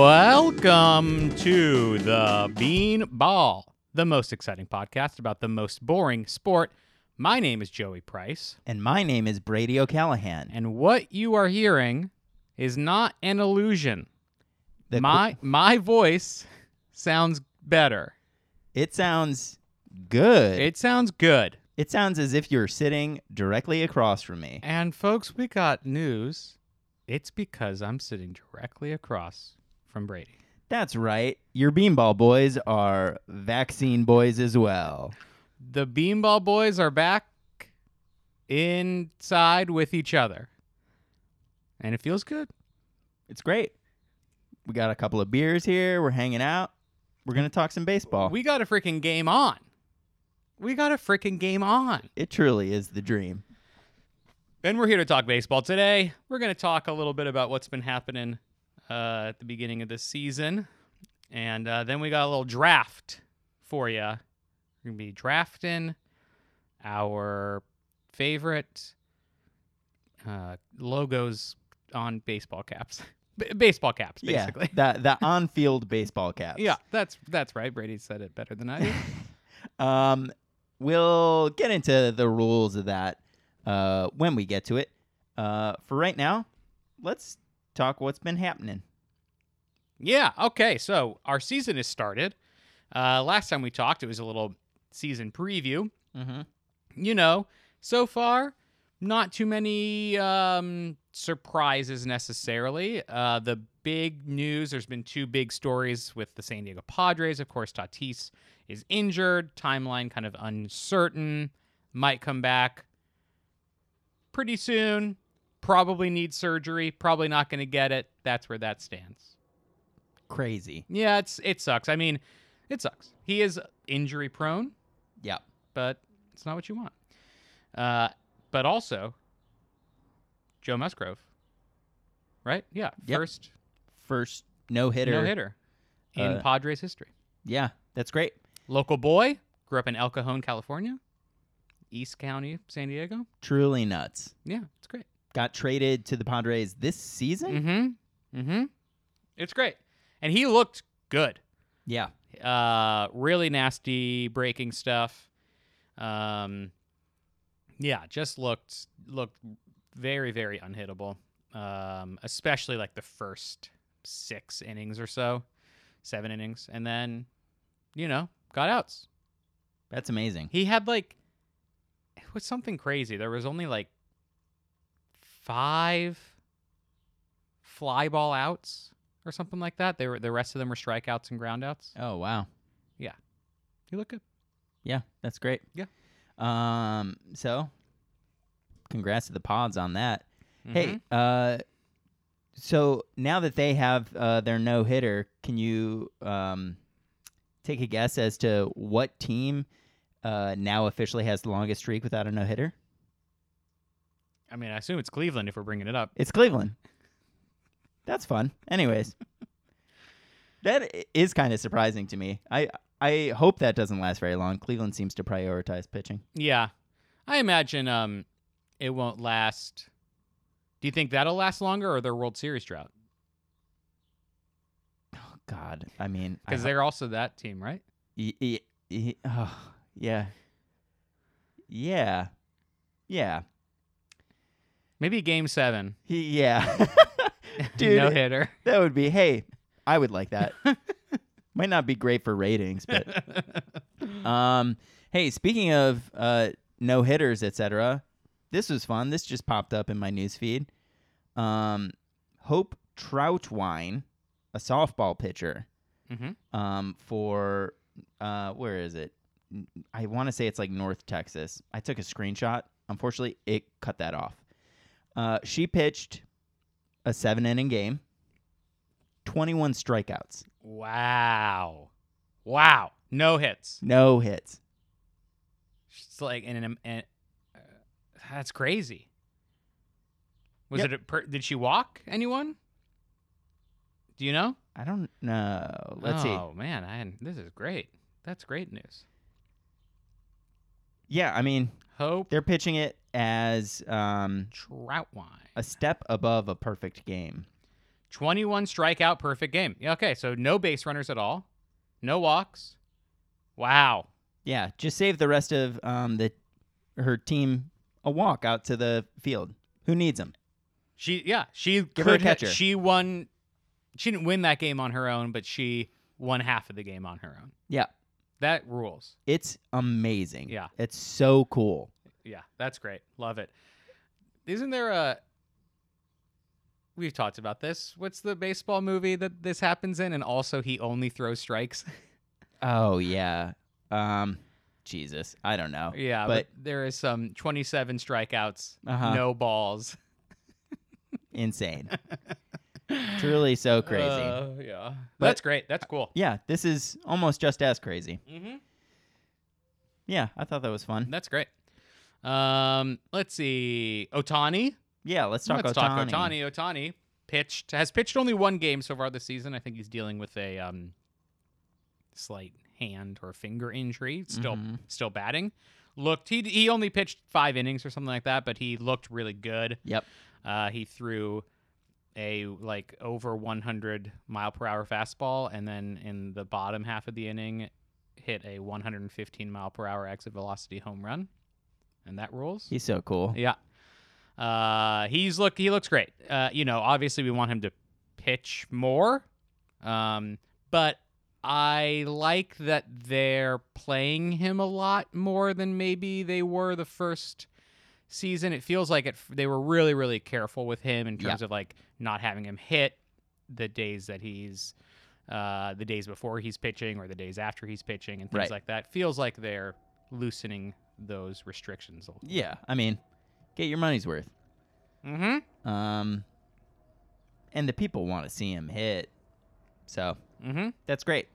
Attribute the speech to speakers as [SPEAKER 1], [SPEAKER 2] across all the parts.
[SPEAKER 1] Welcome to the Bean Ball, the most exciting podcast about the most boring sport. My name is Joey Price,
[SPEAKER 2] And my name is Brady O'Callahan.
[SPEAKER 1] and what you are hearing is not an illusion.
[SPEAKER 2] The qu-
[SPEAKER 1] my my voice sounds better.
[SPEAKER 2] it sounds good. It,
[SPEAKER 1] It sounds good.
[SPEAKER 2] sounds as if you're sitting directly across from me.
[SPEAKER 1] And folks, we got news. It's because I'm sitting directly across from Brady.
[SPEAKER 2] That's right. Your beanball boys are vaccine boys as well.
[SPEAKER 1] The Beanball Boys are back inside with each other. And it feels good.
[SPEAKER 2] It's great. We got a couple of beers here. We're hanging out. We're going to talk some baseball.
[SPEAKER 1] We got a freaking game on. We got a freaking game on.
[SPEAKER 2] it truly is the dream.
[SPEAKER 1] And we're here to talk baseball today. We're going to talk a little bit about what's been happening uh, at the beginning of this season. And uh, then we got a little draft for you. We're going to be drafting our favorite uh, logos on baseball caps. B- baseball caps, basically.
[SPEAKER 2] Yeah. The, the on field baseball caps.
[SPEAKER 1] Yeah, that's that's right. Brady said it better than I did.
[SPEAKER 2] Um, we'll get into the rules of that uh, when we get to it. Uh, for right now, let's talk what's been happening.
[SPEAKER 1] Yeah. Okay. So our season is started. Uh, last time we talked, it was a little season preview.
[SPEAKER 2] Mm-hmm.
[SPEAKER 1] You know, so far, not too many um, surprises necessarily. Uh, the big news there's been two big stories with the San Diego Padres. Of course, Tatis is injured, timeline kind of uncertain, might come back pretty soon, probably needs surgery, probably not going to get it. That's where that stands.
[SPEAKER 2] Crazy.
[SPEAKER 1] Yeah, it's it sucks. I mean, it sucks. He is injury prone,
[SPEAKER 2] Yeah.
[SPEAKER 1] but it's not what you want. Uh, but also, Joe Musgrove, right? Yeah,
[SPEAKER 2] Yep.
[SPEAKER 1] first
[SPEAKER 2] First no hitter.
[SPEAKER 1] no hitter in
[SPEAKER 2] Uh,
[SPEAKER 1] Padres history.
[SPEAKER 2] Yeah, that's great.
[SPEAKER 1] Local boy, grew up in El Cajon, California, East County, San Diego.
[SPEAKER 2] Truly nuts.
[SPEAKER 1] Yeah, it's great.
[SPEAKER 2] Got traded to the Padres this season.
[SPEAKER 1] Mm-hmm. Mm-hmm. It's great, and he looked good.
[SPEAKER 2] Yeah.
[SPEAKER 1] uh, really nasty breaking stuff. Um, yeah, just looked looked very very unhittable, um, especially like the first six innings or so, seven innings, and then you know got outs.
[SPEAKER 2] That's amazing.
[SPEAKER 1] He had like it was something crazy. There was only like five fly ball outs or something like that. They were the rest of them were strikeouts and groundouts.
[SPEAKER 2] Oh wow.
[SPEAKER 1] He looked good.
[SPEAKER 2] Yeah, that's great.
[SPEAKER 1] Yeah.
[SPEAKER 2] Um. So, congrats to the Pods on that.
[SPEAKER 1] Mhm.
[SPEAKER 2] Hey, uh, so now that they have uh, their no hitter, can you um, take a guess as to what team uh, now officially has the longest streak without a no hitter?
[SPEAKER 1] I mean, I assume it's Cleveland if we're bringing it up.
[SPEAKER 2] It's Cleveland. That's fun. Anyways, that i- is kind of surprising to me. I I hope that doesn't last very long. Cleveland seems to prioritize pitching.
[SPEAKER 1] Yeah, I imagine um, it won't last. Do you think that'll last longer or their World Series drought?
[SPEAKER 2] Oh God, I mean, I
[SPEAKER 1] Because they're also that team, right?
[SPEAKER 2] Y- y- y- oh, yeah. Yeah. Yeah.
[SPEAKER 1] Maybe Game Seven,
[SPEAKER 2] He, yeah. Dude,
[SPEAKER 1] no hitter.
[SPEAKER 2] that would be, hey, I would like that. Might not be great for ratings, but um hey, speaking of uh no hitters, etc. This was fun. This just popped up in my news feed. Um Hope Troutwine, a softball pitcher,
[SPEAKER 1] hmm
[SPEAKER 2] um, for uh, where is it? N- I want to say it's like North Texas. I took a screenshot. Unfortunately, it cut that off. Uh, she pitched a seven inning game, 21 strikeouts,
[SPEAKER 1] Wow, wow, no hits.
[SPEAKER 2] no hits.
[SPEAKER 1] It's like and, and, and uh, that's crazy. Was
[SPEAKER 2] Yep.
[SPEAKER 1] it? A per- did she walk anyone? Do you know?
[SPEAKER 2] I don't know. Let's see.
[SPEAKER 1] Oh man, I hadn't, this is great. That's great news.
[SPEAKER 2] Yeah, I mean,
[SPEAKER 1] Hope
[SPEAKER 2] they're pitching it as um,
[SPEAKER 1] Troutwine.
[SPEAKER 2] a step above a perfect game.
[SPEAKER 1] 21 strikeout perfect game. Yeah, okay, so no base runners at all, no walks. Wow.
[SPEAKER 2] Yeah, just save the rest of um, the her team a walk out to the field. Who needs them?
[SPEAKER 1] She yeah, she
[SPEAKER 2] Give her a
[SPEAKER 1] could ha-
[SPEAKER 2] catcher.
[SPEAKER 1] she won she didn't win that game on her own, but she won half of the game on her own.
[SPEAKER 2] Yeah,
[SPEAKER 1] That rules.
[SPEAKER 2] it's amazing.
[SPEAKER 1] Yeah.
[SPEAKER 2] it's so cool.
[SPEAKER 1] Yeah, that's great. Love it. Isn't there a We've talked about this. What's the baseball movie that this happens in and also he only throws strikes?
[SPEAKER 2] Oh yeah. Um, Jesus, I don't know.
[SPEAKER 1] yeah, but,
[SPEAKER 2] but
[SPEAKER 1] there is some 27 strikeouts,
[SPEAKER 2] Uh-huh.
[SPEAKER 1] no balls.
[SPEAKER 2] insane. Truly so crazy.
[SPEAKER 1] Uh, yeah.
[SPEAKER 2] But-
[SPEAKER 1] That's great. That's cool.
[SPEAKER 2] yeah, this is almost just as crazy.
[SPEAKER 1] Mhm.
[SPEAKER 2] Yeah, I thought that was fun.
[SPEAKER 1] That's great. Um, let's see. Otani.
[SPEAKER 2] Yeah, let's talk
[SPEAKER 1] let's
[SPEAKER 2] Otani.
[SPEAKER 1] talk Otani. Otani pitched has pitched only one game so far this season. I think he's dealing with a um, slight hand or finger injury. Still
[SPEAKER 2] Mhm.
[SPEAKER 1] still batting. Looked he he only pitched five innings or something like that, but he looked really good.
[SPEAKER 2] Yep.
[SPEAKER 1] Uh, he threw a like over 100 mile per hour fastball, and then in the bottom half of the inning, hit a 115 mile per hour exit velocity home run, and that rules.
[SPEAKER 2] He's so cool.
[SPEAKER 1] Yeah, uh, he's look he looks great. Uh, you know, obviously we want him to pitch more, um, but I like that they're playing him a lot more than maybe they were the first season. It feels like it, they were really, really careful with him in terms of like not having him hit the days that he's, uh, the days before he's pitching or the days after he's pitching and things
[SPEAKER 2] Right.
[SPEAKER 1] like that. Feels like they're loosening those restrictions.
[SPEAKER 2] Yeah, I mean, get your money's worth.
[SPEAKER 1] Mm
[SPEAKER 2] Um, and the people want to see him hit, so
[SPEAKER 1] hmm. Mm hmm.
[SPEAKER 2] that's great.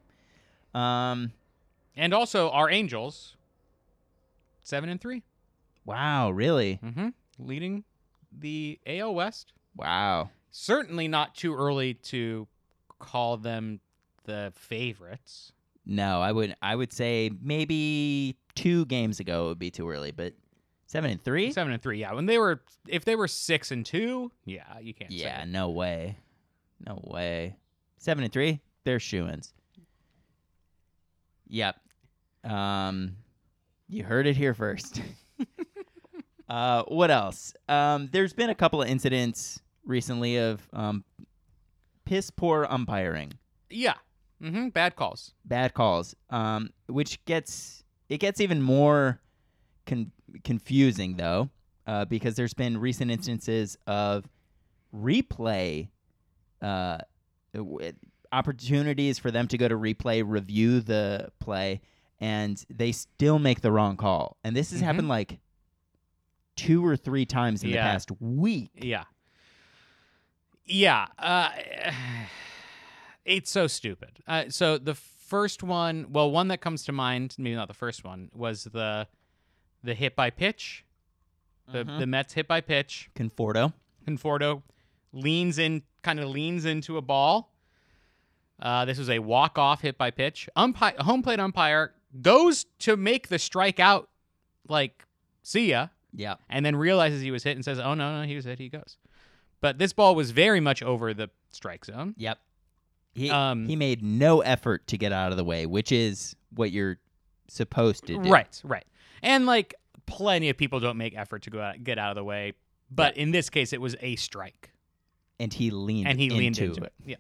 [SPEAKER 2] Um,
[SPEAKER 1] And also our Angels, seven and three.
[SPEAKER 2] wow, really?
[SPEAKER 1] Mm hmm. Leading the AL West.
[SPEAKER 2] Wow.
[SPEAKER 1] Certainly not too early to call them the favorites.
[SPEAKER 2] No, I would. I would say maybe two games ago it would be too early, but seven and three.
[SPEAKER 1] Seven and three, yeah. When they were, if they were six and two, yeah, you can't.
[SPEAKER 2] yeah,
[SPEAKER 1] say.
[SPEAKER 2] no way, no way. Seven and three, they're shoo-ins. Yep. Um, you heard it here first. uh, what else? Um, there's been a couple of incidents recently of um, piss poor umpiring,
[SPEAKER 1] yeah. Mm-hmm. Bad calls.
[SPEAKER 2] bad calls, um, which gets it gets even more con- confusing though, uh, because there's been recent instances of replay uh, w- opportunities for them to go to replay, review the play, and they still make the wrong call. And this has
[SPEAKER 1] Mhm.
[SPEAKER 2] happened like two or three times in
[SPEAKER 1] Yeah.
[SPEAKER 2] the past week.
[SPEAKER 1] Yeah. Yeah. Uh, it's so stupid. Uh, so the first one, well, one that comes to mind, maybe not the first one, was the the hit by pitch. The
[SPEAKER 2] Mhm.
[SPEAKER 1] the Mets hit by pitch.
[SPEAKER 2] Conforto.
[SPEAKER 1] Conforto leans in, kind of leans into a ball. Uh, this was a walk off hit by pitch. Umpire, home plate umpire goes to make the strikeout, like see ya
[SPEAKER 2] Yeah.
[SPEAKER 1] and then realizes he was hit and says, "Oh no, no, he was hit. He goes." But this ball was very much over the strike zone.
[SPEAKER 2] Yep. He,
[SPEAKER 1] Um,
[SPEAKER 2] he made no effort to get out of the way, which is what you're supposed to do.
[SPEAKER 1] Right, right. And like plenty of people don't make effort to go out, get out of the way, but in this case, it was a strike,
[SPEAKER 2] And he leaned
[SPEAKER 1] and he
[SPEAKER 2] into
[SPEAKER 1] leaned into it. Yeah.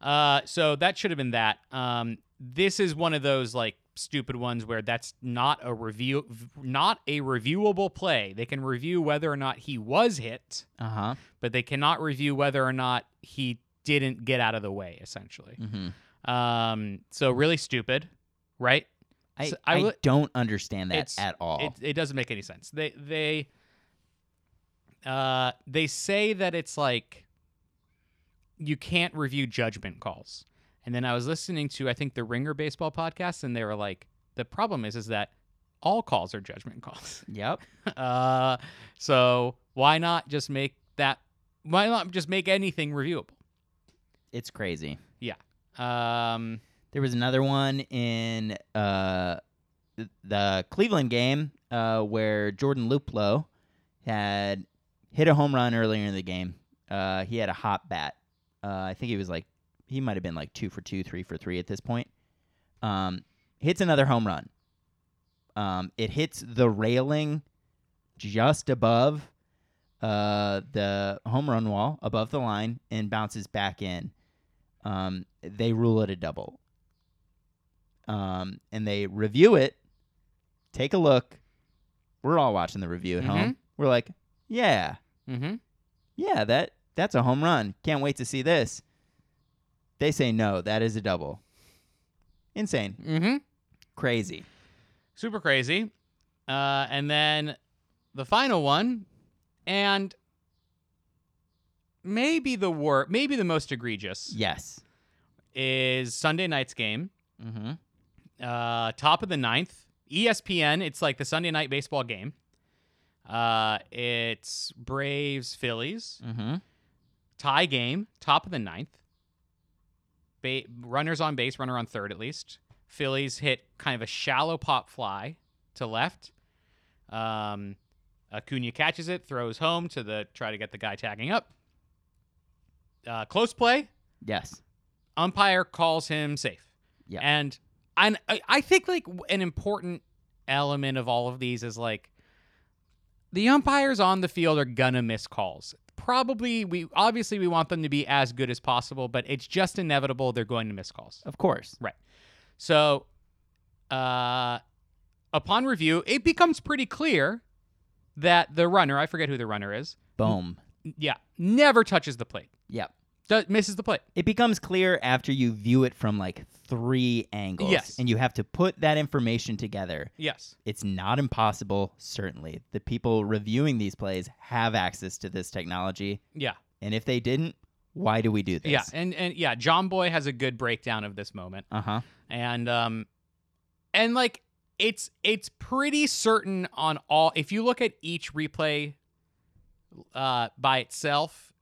[SPEAKER 1] Uh, so that should have been that. Um, this is one of those like stupid ones where that's not a review, not a reviewable play. They can review whether or not he was hit,
[SPEAKER 2] Uh huh.
[SPEAKER 1] but they cannot review whether or not he didn't get out of the way. Essentially.
[SPEAKER 2] hmm
[SPEAKER 1] Um, so really stupid, right?
[SPEAKER 2] I,
[SPEAKER 1] So I
[SPEAKER 2] I
[SPEAKER 1] would-
[SPEAKER 2] don't understand that
[SPEAKER 1] It's-
[SPEAKER 2] at all.
[SPEAKER 1] It it doesn't make any sense. They they uh they say that it's like you can't review judgment calls. And then I was listening to I think the Ringer baseball podcast and they were like the problem is is that all calls are judgment calls.
[SPEAKER 2] Yep.
[SPEAKER 1] uh so why not just make that why not just make anything reviewable?
[SPEAKER 2] It's crazy.
[SPEAKER 1] Um
[SPEAKER 2] There was another one in uh, th- the Cleveland game uh, where Jordan Luplo had hit a home run earlier in the game. Uh, he had a hop bat Uh, I think he was like he might have been like two for two, three for three at this point. Um, hits another home run. Um, it hits the railing just above uh, the home run wall, above the line, and bounces back in. Um, they rule it a double. Um, and they review it, take a look. We're all watching the review at home. We're like, yeah,
[SPEAKER 1] Mm-hmm.
[SPEAKER 2] yeah, that that's a home run. Can't wait to see this. They say no, that is a double. Insane.
[SPEAKER 1] Mm-hmm.
[SPEAKER 2] Crazy.
[SPEAKER 1] Super crazy. Uh, and then the final one, and maybe the wor- maybe the most egregious
[SPEAKER 2] Yes.
[SPEAKER 1] is Sunday night's game.
[SPEAKER 2] Mm-hmm.
[SPEAKER 1] uh, top of the ninth. E ESPN. It's like the Sunday night baseball game. Uh, it's Braves Phillies
[SPEAKER 2] Mm-hmm.
[SPEAKER 1] tie game. Top of the ninth. Ba- runners on base, runner on third at least. Phillies hit kind of a shallow pop fly to left. Um, Acuna catches it, throws home to the try to get the guy tagging up. Uh, close play,
[SPEAKER 2] Yes.
[SPEAKER 1] umpire calls him safe.
[SPEAKER 2] Yeah.
[SPEAKER 1] And and I, I think like w- an important element of all of these is like the umpires on the field are gonna miss calls. Probably we obviously we want them to be as good as possible, but it's just inevitable they're going to miss calls.
[SPEAKER 2] Of course.
[SPEAKER 1] So uh upon review, it becomes pretty clear that the runner, I forget who the runner is,
[SPEAKER 2] Boom.
[SPEAKER 1] yeah, never touches the plate.
[SPEAKER 2] Yep.
[SPEAKER 1] Does, misses the plate.
[SPEAKER 2] It becomes clear after you view it from like three angles.
[SPEAKER 1] Yes.
[SPEAKER 2] And you have to put that information together.
[SPEAKER 1] Yes.
[SPEAKER 2] It's not impossible, certainly. The people reviewing these plays have access to this technology.
[SPEAKER 1] Yeah.
[SPEAKER 2] And if they didn't, why do we do this?
[SPEAKER 1] Yeah, and and yeah, John Boy has a good breakdown of this moment,
[SPEAKER 2] Uh huh.
[SPEAKER 1] and um, and like it's it's pretty certain on all. If you look at each replay, uh, by itself,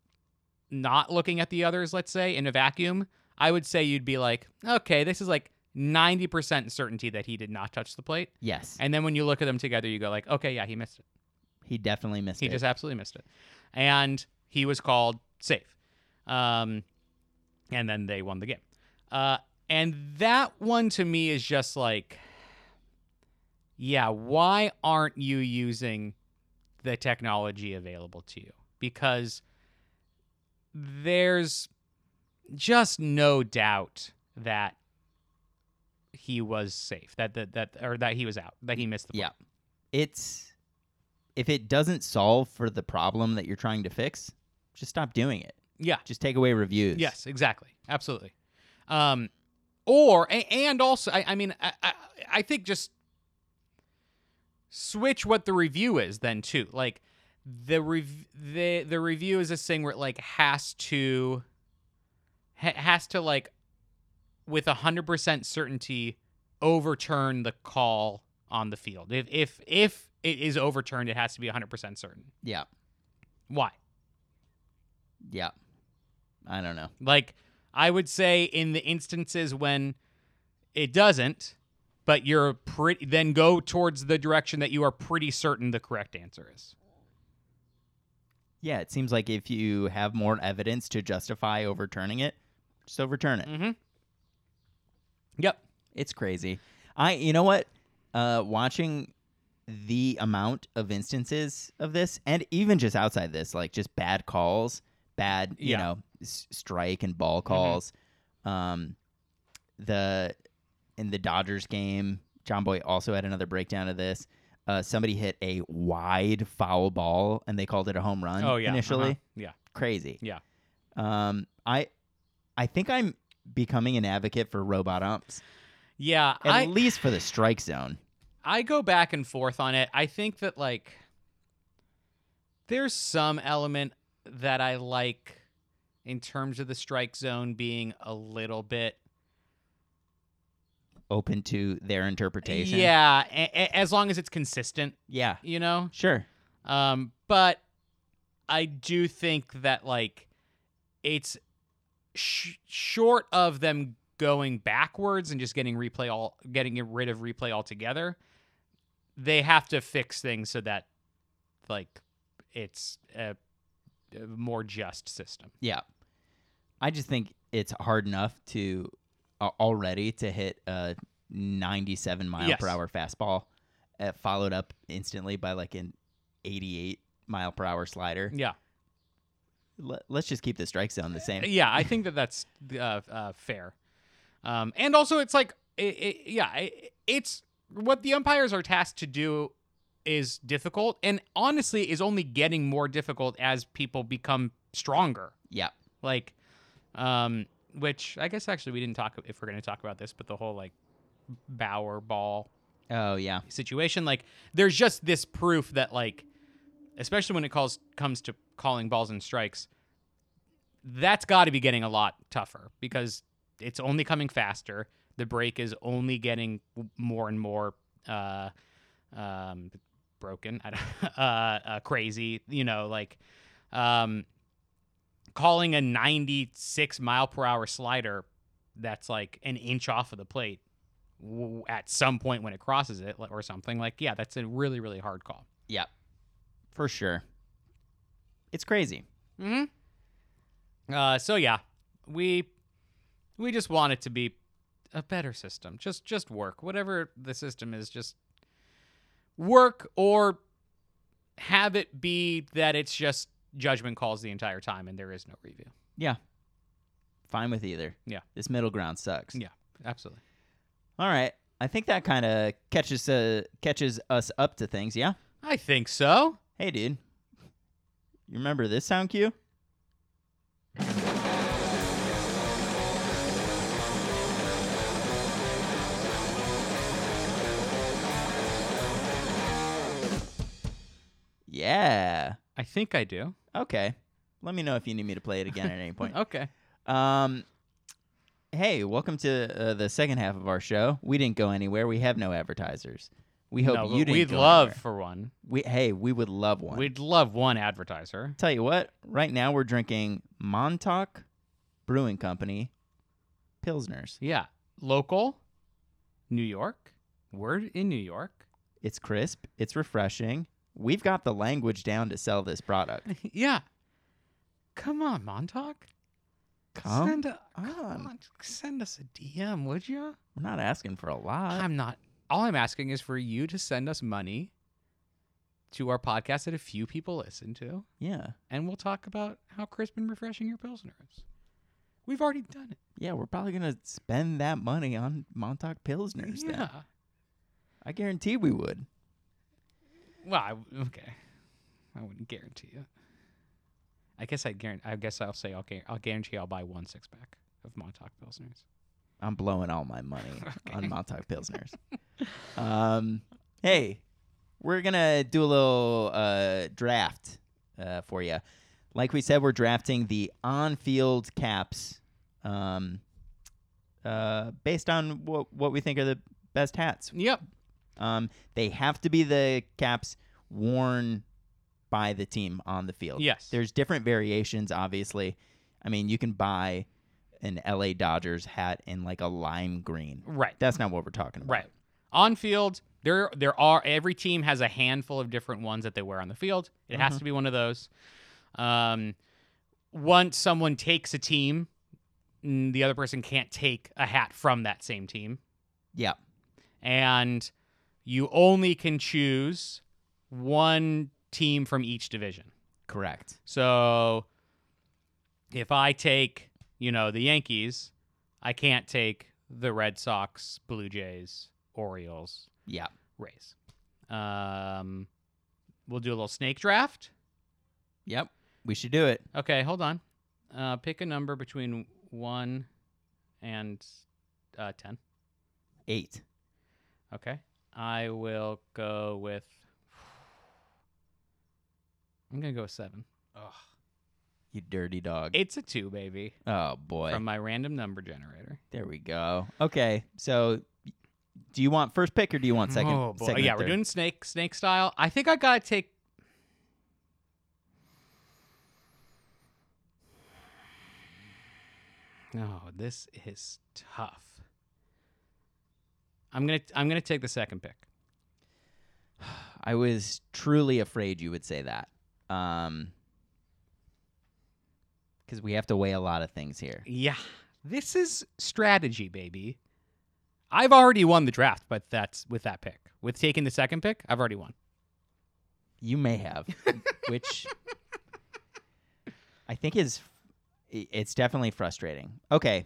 [SPEAKER 1] not looking at the others, let's say in a vacuum, I would say you'd be like, okay, this is like ninety percent certainty that he did not touch the plate.
[SPEAKER 2] Yes.
[SPEAKER 1] And then when you look at them together, you go like, okay, yeah, he missed it.
[SPEAKER 2] He definitely missed
[SPEAKER 1] He
[SPEAKER 2] it.
[SPEAKER 1] just absolutely missed it, and he was called safe. Um, and then they won the game. Uh, and that one to me is just like, yeah, why aren't you using the technology available to you? Because there's just no doubt that he was safe, that that, that or that he was out, that he missed the ball.
[SPEAKER 2] Yeah. It's if it doesn't solve for the problem that you're trying to fix, just stop doing it.
[SPEAKER 1] Yeah.
[SPEAKER 2] Just take away reviews.
[SPEAKER 1] Yes, exactly, absolutely. Um, or a- and also, I, I mean, I, I, I think just switch what the review is then too. Like the rev- the the review is this thing where it like has to ha- has to like with a hundred percent certainty overturn the call on the field. If if if it is overturned, it has to be a hundred percent certain.
[SPEAKER 2] Yeah.
[SPEAKER 1] Why?
[SPEAKER 2] Yeah. I don't know.
[SPEAKER 1] Like I would say in the instances when it doesn't, but you're pretty then go towards the direction that you are pretty certain the correct answer is.
[SPEAKER 2] Yeah, it seems like if you have more evidence to justify overturning it, just overturn it.
[SPEAKER 1] Mhm. Yep.
[SPEAKER 2] It's crazy. I you know what? Uh watching the amount of instances of this and even just outside this, like just bad calls, bad, you
[SPEAKER 1] Yeah. Mm-hmm.
[SPEAKER 2] know, s- strike and ball calls. Um the in the Dodgers game, John Boy also had another breakdown of this. Uh, somebody hit a wide foul ball and they called it a home run
[SPEAKER 1] Oh yeah.
[SPEAKER 2] initially
[SPEAKER 1] uh-huh. Yeah.
[SPEAKER 2] crazy.
[SPEAKER 1] Yeah.
[SPEAKER 2] Um, I, I think I'm becoming an advocate for robot umps,
[SPEAKER 1] Yeah.
[SPEAKER 2] at
[SPEAKER 1] I
[SPEAKER 2] least for the strike zone.
[SPEAKER 1] I go back and forth on it. I think that like there's some element that I like in terms of the strike zone being a little bit
[SPEAKER 2] Open to their interpretation.
[SPEAKER 1] yeah, a- a- as long as it's consistent,
[SPEAKER 2] Yeah.
[SPEAKER 1] you know.
[SPEAKER 2] Sure.
[SPEAKER 1] Um, but I do think that like it's sh- short of them going backwards and just getting replay all getting rid of replay altogether. They have to fix things so that like it's a, a more just system.
[SPEAKER 2] Yeah. I just think it's hard enough to uh, already to hit a 97 mile
[SPEAKER 1] Yes.
[SPEAKER 2] per hour fastball, uh, followed up instantly by like an 88 mile per hour slider.
[SPEAKER 1] Yeah.
[SPEAKER 2] Let, let's just keep the strike zone the same.
[SPEAKER 1] yeah, I think that that's uh, uh, fair. Um, and also, it's like, it, it, yeah, it, it's what the umpires are tasked to do is difficult, and honestly, is only getting more difficult as people become stronger.
[SPEAKER 2] Yeah.
[SPEAKER 1] Like, um, which I guess actually we didn't talk if we're going to talk about this, but the whole like Bauer ball
[SPEAKER 2] Oh yeah.
[SPEAKER 1] situation. Like there's just this proof that like, especially when it calls comes to calling balls and strikes, that's got to be getting a lot tougher because it's only coming faster. The break is only getting w- more and more uh, um, broken, I don't- uh, uh, crazy. You know, like um, calling a 96 mile per hour slider that's like an inch off of the plate w- at some point when it crosses it like- or something like yeah that's a really really hard call
[SPEAKER 2] Yeah. For sure. It's crazy.
[SPEAKER 1] hmm uh, so yeah we we just want it to be a better system just just work whatever the system is just work or have it be that it's just judgment calls the entire time and there is no review
[SPEAKER 2] Yeah. Fine with either.
[SPEAKER 1] Yeah.
[SPEAKER 2] This middle ground sucks.
[SPEAKER 1] Yeah. absolutely
[SPEAKER 2] All right. I think that kind of catches uh, catches us up to things. Yeah.
[SPEAKER 1] i think so
[SPEAKER 2] Hey, dude. You remember this sound cue? Yeah.
[SPEAKER 1] i think i do
[SPEAKER 2] Okay. Let me know if you need me to play it again at any point.
[SPEAKER 1] okay
[SPEAKER 2] Um, hey, welcome to uh, the second half of our show. We didn't go anywhere. We have no advertisers. We hope
[SPEAKER 1] no, but
[SPEAKER 2] you didn't.
[SPEAKER 1] we'd
[SPEAKER 2] go
[SPEAKER 1] love
[SPEAKER 2] anywhere.
[SPEAKER 1] for one
[SPEAKER 2] We hey, we would love one.
[SPEAKER 1] we'd love one advertiser
[SPEAKER 2] Tell you what, right now we're drinking Montauk Brewing Company Pilsners.
[SPEAKER 1] Yeah. Local, New York. We're in New York.
[SPEAKER 2] It's crisp, it's refreshing. We've got the language down to sell this product.
[SPEAKER 1] yeah. Come on, Montauk.
[SPEAKER 2] Come
[SPEAKER 1] send a,
[SPEAKER 2] on.
[SPEAKER 1] come on. Send us a DM, would you?
[SPEAKER 2] We're not asking for a lot.
[SPEAKER 1] I'm not. All I'm asking is for you to send us money to our podcast that a few people listen to,
[SPEAKER 2] yeah.
[SPEAKER 1] and we'll talk about how crisp and refreshing your Pilsner is. We've already done it.
[SPEAKER 2] Yeah, we're probably going to spend that money on Montauk Pilsners
[SPEAKER 1] yeah.
[SPEAKER 2] then. I guarantee we would.
[SPEAKER 1] Well, I, okay. I wouldn't guarantee it. I guess I guarantee. I guess I'll say I'll, guar- I'll guarantee I'll buy one six pack of Montauk Pilsners.
[SPEAKER 2] I'm blowing all my money on
[SPEAKER 1] Okay.
[SPEAKER 2] Montauk Pilsners. um, hey, we're gonna do a little uh, draft uh, for you. Like we said, we're drafting the on-field caps um, uh, based on what what we think are the best hats.
[SPEAKER 1] Yep.
[SPEAKER 2] Um, they have to be the caps worn by the team on the field.
[SPEAKER 1] Yes.
[SPEAKER 2] There's different variations, obviously. I mean, you can buy an LA Dodgers hat in like a lime green.
[SPEAKER 1] Right.
[SPEAKER 2] That's not what we're talking about.
[SPEAKER 1] Right. On field, there there are every team has a handful of different ones that they wear on the field. It has
[SPEAKER 2] Mhm.
[SPEAKER 1] to be one of those. Um, once someone takes a team, mm, the other person can't take a hat from that same team.
[SPEAKER 2] Yeah.
[SPEAKER 1] and you only can choose one team from each division.
[SPEAKER 2] Correct.
[SPEAKER 1] So if I take, you know, the Yankees, I can't take the Red Sox, Blue Jays, Orioles,
[SPEAKER 2] Yeah.
[SPEAKER 1] Rays. Um, we'll do a little snake draft.
[SPEAKER 2] Yep. We should do it.
[SPEAKER 1] Okay, hold on. Uh, pick a number between one and uh, ten.
[SPEAKER 2] Eight.
[SPEAKER 1] Okay. I will go with. I'm going to go with seven.
[SPEAKER 2] You dirty dog.
[SPEAKER 1] It's a two, baby,
[SPEAKER 2] Oh boy.
[SPEAKER 1] from my random number generator.
[SPEAKER 2] there we go. Okay. So, do you want first pick or do you want second?
[SPEAKER 1] oh, boy.
[SPEAKER 2] second or
[SPEAKER 1] yeah, we're
[SPEAKER 2] third?
[SPEAKER 1] doing snake, snake style. I think I got to take. No, Oh, this is tough. I'm gonna I'm gonna take the second pick.
[SPEAKER 2] I was truly afraid you would say that. Um, because we have to weigh a lot of things here.
[SPEAKER 1] Yeah. This is strategy, baby. I've already won the draft, but that's with that pick. With taking the second pick, I've already won.
[SPEAKER 2] You may have, which I think is i- it's definitely frustrating. Okay.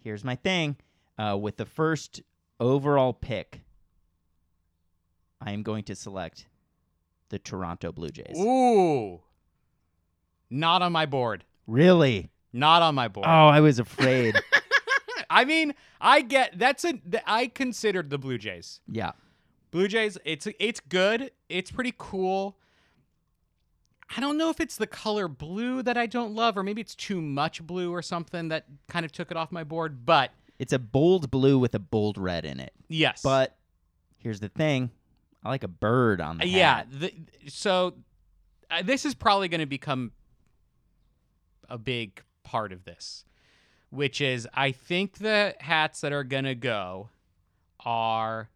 [SPEAKER 2] Here's my thing. Uh, with the first overall pick, I am going to select the Toronto Blue Jays.
[SPEAKER 1] Ooh. Not on my board.
[SPEAKER 2] Really?
[SPEAKER 1] Not on my board.
[SPEAKER 2] Oh, I was afraid.
[SPEAKER 1] I mean, I get that's a th- I considered the Blue Jays.
[SPEAKER 2] yeah.
[SPEAKER 1] Blue Jays, it's it's good. It's pretty cool. I don't know if it's the color blue that I don't love, or maybe it's too much blue or something that kind of took it off my board. But
[SPEAKER 2] It's a bold blue with a bold red in it.
[SPEAKER 1] yes,
[SPEAKER 2] But here's the thing. I like a bird on the
[SPEAKER 1] yeah.
[SPEAKER 2] hat.
[SPEAKER 1] The, so uh, this is probably going to become a big part of this, which is I think the hats that are going to go are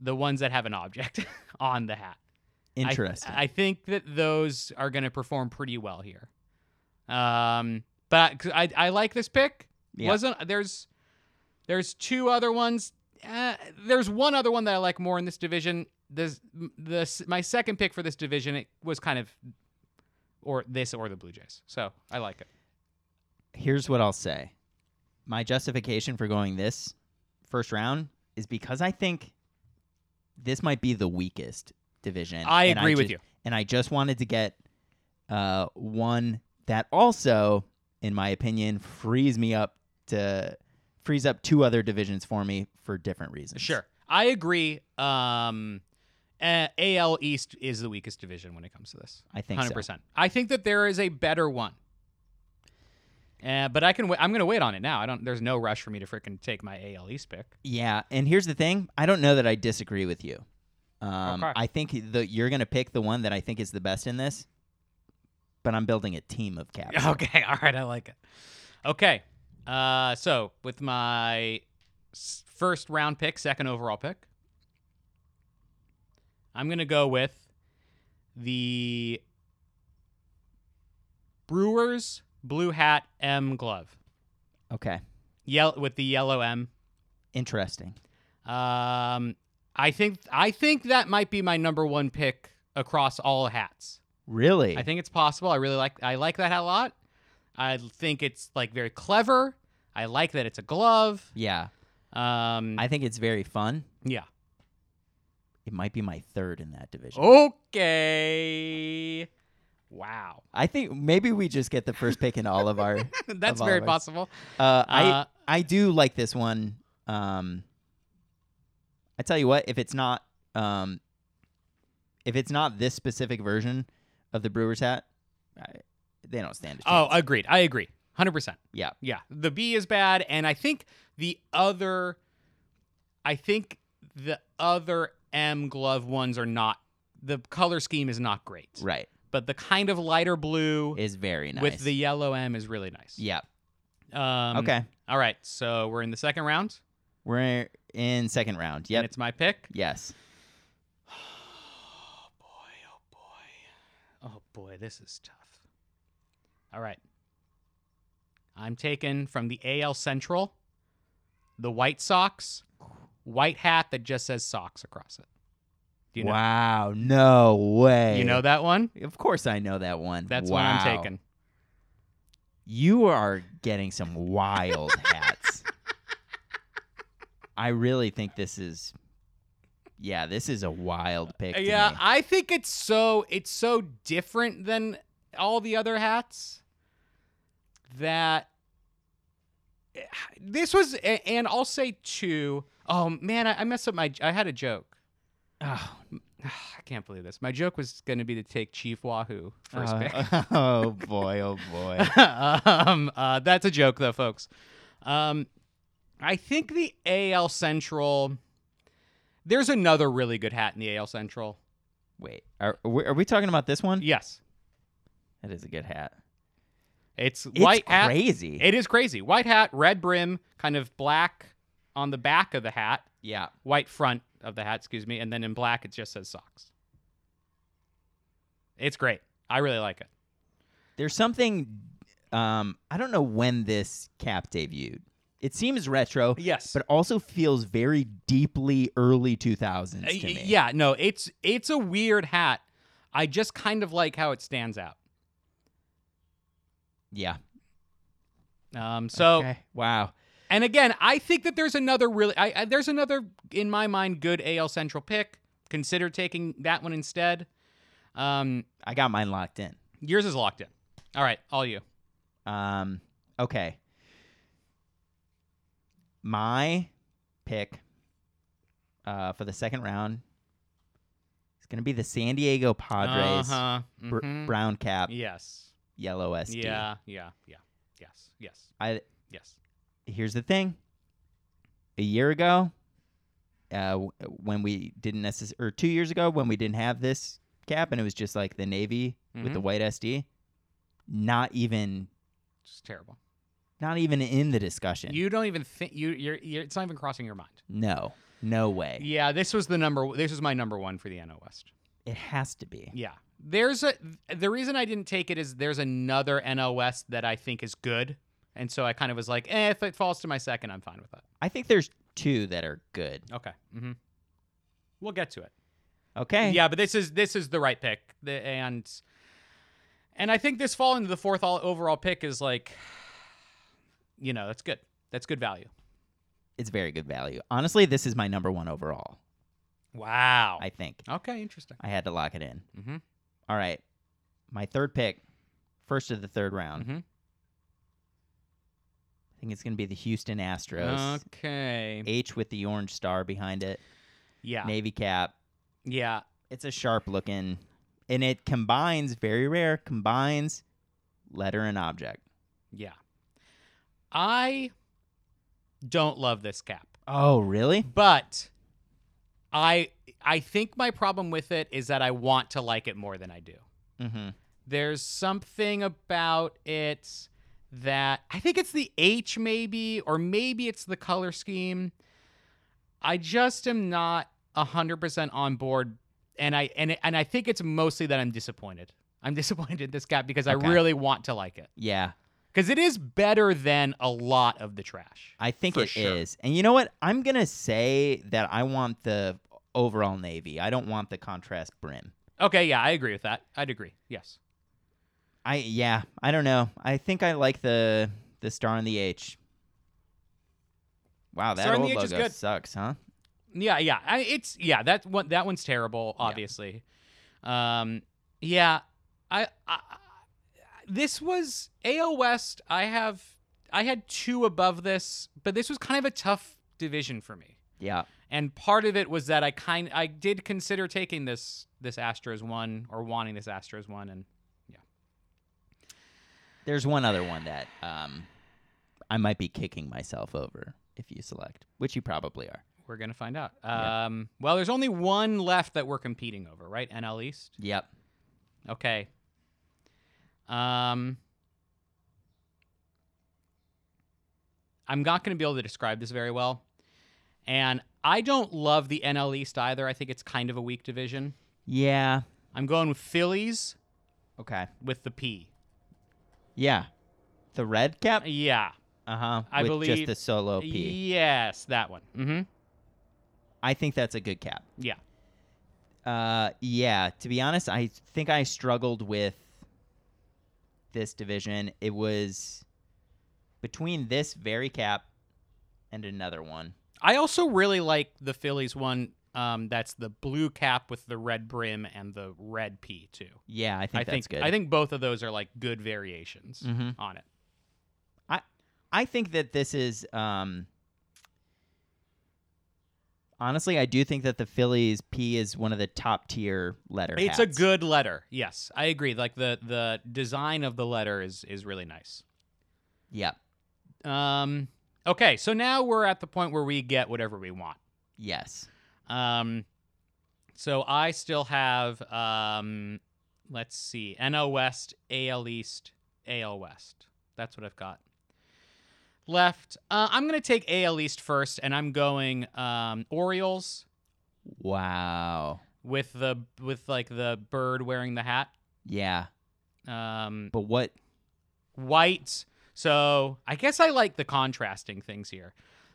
[SPEAKER 1] the ones that have an object on the hat. I-
[SPEAKER 2] Interesting.
[SPEAKER 1] I, think that those are going to perform pretty well here. Um, but 'cause I, I like this pick.
[SPEAKER 2] Yeah.
[SPEAKER 1] Wasn't there's there's two other ones. Uh, there's one other one that I like more in this division. This this my second pick for this division. It was kind of or this or the Blue Jays. So I like it.
[SPEAKER 2] here's what I'll say. My justification for going this first round is because I think this might be the weakest division.
[SPEAKER 1] I
[SPEAKER 2] and
[SPEAKER 1] agree with
[SPEAKER 2] ju-
[SPEAKER 1] you.
[SPEAKER 2] And I just wanted to get uh, one that also, in my opinion, frees me up to frees up two other divisions for me for different reasons.
[SPEAKER 1] Sure, I agree. Um, uh, AL East is the weakest division when it comes to this.
[SPEAKER 2] I think
[SPEAKER 1] Hundred
[SPEAKER 2] so.
[SPEAKER 1] percent. I think that there is a better one. Uh, but I can. Wait, I'm going to wait on it now. I don't. There's no rush for me to freaking take my E AL East pick.
[SPEAKER 2] Yeah, and here's the thing: I don't know that I disagree with you. Um,
[SPEAKER 1] Okay.
[SPEAKER 2] I think that you're gonna pick the one that I think is the best in this, but I'm building a team of cats.
[SPEAKER 1] Okay. All right. I like it. Okay. Uh, so with my s- first round pick, second overall pick, I'm going to go with the Brewers blue hat M glove.
[SPEAKER 2] Okay,
[SPEAKER 1] Yell with the yellow M.
[SPEAKER 2] interesting.
[SPEAKER 1] Um, I think I think that might be my number one pick across all hats.
[SPEAKER 2] Really?
[SPEAKER 1] I think it's possible. I really like I like that hat a lot. I think it's like very clever. I like that it's a glove.
[SPEAKER 2] yeah,
[SPEAKER 1] Um,
[SPEAKER 2] I think it's very fun.
[SPEAKER 1] yeah.
[SPEAKER 2] It might be my third in that division.
[SPEAKER 1] Oh. Okay. Wow,
[SPEAKER 2] I think maybe we just get the first pick in all of our. Uh,
[SPEAKER 1] that's
[SPEAKER 2] all
[SPEAKER 1] very
[SPEAKER 2] of us.
[SPEAKER 1] possible.
[SPEAKER 2] I
[SPEAKER 1] Uh,
[SPEAKER 2] I do like this one. Um, I tell you what, if it's not um, if it's not this specific version of the Brewers hat, I, they don't stand a
[SPEAKER 1] Oh,
[SPEAKER 2] chance.
[SPEAKER 1] agreed. I agree. Hundred percent.
[SPEAKER 2] yeah,
[SPEAKER 1] Yeah, the B is bad, and I think the other, I think the other M glove ones are not. The color scheme is not great,
[SPEAKER 2] right.
[SPEAKER 1] but the kind of lighter blue
[SPEAKER 2] Is very nice.
[SPEAKER 1] with the yellow M is really nice.
[SPEAKER 2] yeah.
[SPEAKER 1] Um,
[SPEAKER 2] okay,
[SPEAKER 1] All right, so we're in the second round.
[SPEAKER 2] we're in second round.
[SPEAKER 1] and
[SPEAKER 2] Yep.
[SPEAKER 1] it's my pick.
[SPEAKER 2] Yes.
[SPEAKER 1] Oh boy! Oh boy! Oh boy! This is tough. All right, I'm taking from the AL Central, the White Sox, white hat that just says Sox across it. Do you know?
[SPEAKER 2] wow. No way.
[SPEAKER 1] You know that one?
[SPEAKER 2] Of course, I know that one.
[SPEAKER 1] That's one I'm
[SPEAKER 2] Wow.
[SPEAKER 1] taking.
[SPEAKER 2] You are getting some wild hats. I really think this is, yeah, this is a wild pick. to
[SPEAKER 1] Yeah,
[SPEAKER 2] me.
[SPEAKER 1] I think it's so it's so different than all the other hats that eh, this was a- and I'll say two. Oh man, I, I messed up my I had a joke.
[SPEAKER 2] Oh,
[SPEAKER 1] I can't believe this. My joke was going to be to take Chief Wahoo first pick.
[SPEAKER 2] uh, oh boy, oh boy.
[SPEAKER 1] um, uh, that's a joke, though, folks. Um, I think the AL Central. There's another really good hat in the AL Central.
[SPEAKER 2] Wait, are are we, are we talking about this one?
[SPEAKER 1] Yes,
[SPEAKER 2] That is a good hat.
[SPEAKER 1] it's
[SPEAKER 2] It's
[SPEAKER 1] white hat.
[SPEAKER 2] crazy.
[SPEAKER 1] It is crazy. White hat, red brim, kind of black on the back of the hat,
[SPEAKER 2] yeah,
[SPEAKER 1] white front of the hat, excuse me, and then in black it just says socks. It's great. I really like it.
[SPEAKER 2] There's something um I don't know when this cap debuted. It seems retro,
[SPEAKER 1] Yes.
[SPEAKER 2] but also feels very deeply early 2000s
[SPEAKER 1] Uh,
[SPEAKER 2] to me.
[SPEAKER 1] Yeah, no, it's it's a weird hat. I just kind of like how it stands out.
[SPEAKER 2] Yeah.
[SPEAKER 1] Um, so
[SPEAKER 2] Okay. Wow.
[SPEAKER 1] and again, I think that there's another really I, I there's another in my mind good AL Central pick. Consider taking that one instead. Um,
[SPEAKER 2] I got mine locked in.
[SPEAKER 1] yours is locked in. All right, all you.
[SPEAKER 2] Um, okay. My pick uh, for the second round is going to be the San Diego Padres
[SPEAKER 1] Uh-huh.
[SPEAKER 2] br-
[SPEAKER 1] mhm.
[SPEAKER 2] brown cap,
[SPEAKER 1] Yes.
[SPEAKER 2] yellow SD.
[SPEAKER 1] Yeah, yeah, yeah. Yes. Yes.
[SPEAKER 2] I
[SPEAKER 1] Yes.
[SPEAKER 2] here's the thing. A year ago, uh, w- when we didn't necessarily, or two years ago, when we didn't have this cap, and it was just like the navy with
[SPEAKER 1] Mm-hmm.
[SPEAKER 2] the white SD, not even,
[SPEAKER 1] Just terrible.
[SPEAKER 2] not even in the discussion.
[SPEAKER 1] You don't even think you you're, you're it's not even crossing your mind.
[SPEAKER 2] no, no way.
[SPEAKER 1] Yeah, this was the number this was my number 1 for the NL West.
[SPEAKER 2] It has to be.
[SPEAKER 1] Yeah. There's a the reason I didn't take it is there's another NOS that I think is good. And so I kind of was like, eh, if it falls to my second, I'm fine with that.
[SPEAKER 2] I think there's two that are good.
[SPEAKER 1] Okay. Mm-hmm. We'll get to it.
[SPEAKER 2] Okay.
[SPEAKER 1] Yeah, but this is this is the right pick. The, and and I think this fall into the fourth all, overall pick is like you know, that's good. That's good value.
[SPEAKER 2] It's very good value. Honestly, this is my number one overall,
[SPEAKER 1] Wow.
[SPEAKER 2] I think.
[SPEAKER 1] okay, interesting.
[SPEAKER 2] I had to lock it in.
[SPEAKER 1] Mhm.
[SPEAKER 2] All right. My third pick, first of the third round.
[SPEAKER 1] Mhm.
[SPEAKER 2] I think it's going to be the Houston Astros.
[SPEAKER 1] Okay.
[SPEAKER 2] H with the orange star behind it,
[SPEAKER 1] Yeah.
[SPEAKER 2] navy cap.
[SPEAKER 1] Yeah.
[SPEAKER 2] It's a sharp looking, and it combines, very rare, combines letter and object.
[SPEAKER 1] Yeah. I don't love this cap.
[SPEAKER 2] Oh, really?
[SPEAKER 1] but I I think my problem with it is that I want to like it more than I do.
[SPEAKER 2] Mm-hmm.
[SPEAKER 1] There's something about it that I think it's the H maybe or maybe it's the color scheme. I just am not 100% on board and I and and I think it's mostly that I'm disappointed. I'm disappointed in this cap because
[SPEAKER 2] Okay.
[SPEAKER 1] I really want to like it
[SPEAKER 2] Yeah.
[SPEAKER 1] cuz it is better than a lot of the trash.
[SPEAKER 2] I think
[SPEAKER 1] For
[SPEAKER 2] it is,
[SPEAKER 1] sure.
[SPEAKER 2] And you know what? I'm going to say that I want the overall navy. I don't want the contrast brim.
[SPEAKER 1] Okay, yeah, I agree with that. I'd agree. Yes.
[SPEAKER 2] I yeah, I don't know. I think I like the the star and the H. Wow, that
[SPEAKER 1] Star and the
[SPEAKER 2] old
[SPEAKER 1] H is
[SPEAKER 2] logo
[SPEAKER 1] good.
[SPEAKER 2] sucks, huh?
[SPEAKER 1] Yeah, yeah. I, it's yeah. That one. That one's terrible.
[SPEAKER 2] Yeah.
[SPEAKER 1] Obviously. Um. Yeah. I, I. This was AL West. I have. I had two above this, but this was kind of a tough division for me.
[SPEAKER 2] Yeah.
[SPEAKER 1] And part of it was that I kind. I did consider taking this this Astros one or wanting this Astros one, and
[SPEAKER 2] There's one other one that um I might be kicking myself over if you select, which you probably are.
[SPEAKER 1] we're gonna find out.
[SPEAKER 2] Yeah.
[SPEAKER 1] Um. Well, there's only one left that we're competing over, right? NL East.
[SPEAKER 2] Yep.
[SPEAKER 1] Okay. Um, I'm not going to be able to describe this very well. And I don't love the NL East either. I think it's kind of a weak division.
[SPEAKER 2] Yeah.
[SPEAKER 1] I'm going with Phillies
[SPEAKER 2] Okay.
[SPEAKER 1] with the P.
[SPEAKER 2] Yeah. The red cap?
[SPEAKER 1] Yeah.
[SPEAKER 2] Uh-huh.
[SPEAKER 1] I
[SPEAKER 2] with just
[SPEAKER 1] believe-
[SPEAKER 2] the solo Oh, P.
[SPEAKER 1] Yes, that one. Mm-hmm.
[SPEAKER 2] I think that's a good cap.
[SPEAKER 1] Yeah.
[SPEAKER 2] Uh, yeah. To be honest, I think I struggled with this division. It was between this very cap and another one.
[SPEAKER 1] I also really like the Phillies one. Um, that's the blue cap with the red brim and the red P too.
[SPEAKER 2] Yeah, I think
[SPEAKER 1] I
[SPEAKER 2] that's
[SPEAKER 1] think
[SPEAKER 2] good.
[SPEAKER 1] I think both of those are like good variations
[SPEAKER 2] Mhm.
[SPEAKER 1] on it.
[SPEAKER 2] I think that this is. Um, honestly, I do think that the Phillies P is one of the top tier letter.
[SPEAKER 1] It's a
[SPEAKER 2] hats.
[SPEAKER 1] good letter. Yes, I agree. Like the the design of the letter is is really nice.
[SPEAKER 2] Yeah.
[SPEAKER 1] Um okay, so now we're at the point where we get whatever we want.
[SPEAKER 2] Yes.
[SPEAKER 1] Um so I still have um let's see. NL West, AL East, AL West. That's what I've got. Left. Uh, I'm going to take AL East first and I'm going um Orioles
[SPEAKER 2] Wow.
[SPEAKER 1] with the with like the bird wearing the hat.
[SPEAKER 2] Yeah.
[SPEAKER 1] Um,
[SPEAKER 2] But what?
[SPEAKER 1] whites. So I guess I like the contrasting things here.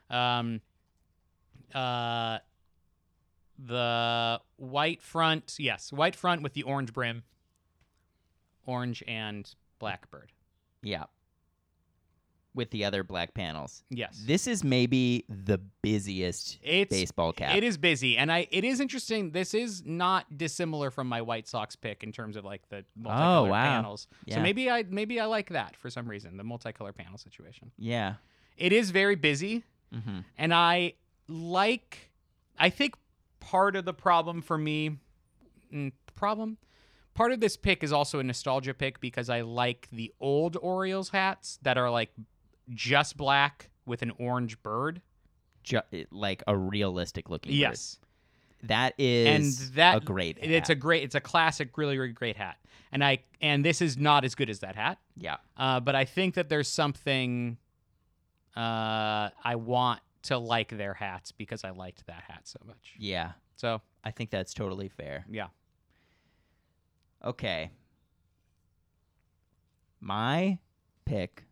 [SPEAKER 1] Um, uh, the white front, yes, white front with the orange brim, orange and blackbird.
[SPEAKER 2] Yeah. With the other black panels.
[SPEAKER 1] Yes,
[SPEAKER 2] This is maybe the busiest
[SPEAKER 1] it's
[SPEAKER 2] baseball cap.
[SPEAKER 1] it is busy, and I it is interesting. This is not dissimilar from my White Sox pick in terms of like the multicolor
[SPEAKER 2] Oh, wow.
[SPEAKER 1] panels.
[SPEAKER 2] yeah.
[SPEAKER 1] So maybe I maybe I like that for some reason the multicolor panel situation.
[SPEAKER 2] Yeah.
[SPEAKER 1] It is very busy.
[SPEAKER 2] Mm-hmm.
[SPEAKER 1] And I like, I think part of the problem for me, mm, problem, part of this pick is also a nostalgia pick because I like the old Orioles hats that are like just black with an orange bird.
[SPEAKER 2] Ju- eh, like a realistic looking. bird.
[SPEAKER 1] Yes.
[SPEAKER 2] That is
[SPEAKER 1] and that
[SPEAKER 2] a great.
[SPEAKER 1] it's a
[SPEAKER 2] hat.
[SPEAKER 1] great, it's a classic, really, really great hat. And I, and this is not as good as that hat.
[SPEAKER 2] yeah.
[SPEAKER 1] Uh, but I think that there's something uh, I want to like their hats because I liked that hat so much.
[SPEAKER 2] Yeah.
[SPEAKER 1] So
[SPEAKER 2] I think that's totally fair.
[SPEAKER 1] Yeah.
[SPEAKER 2] Okay. My pick.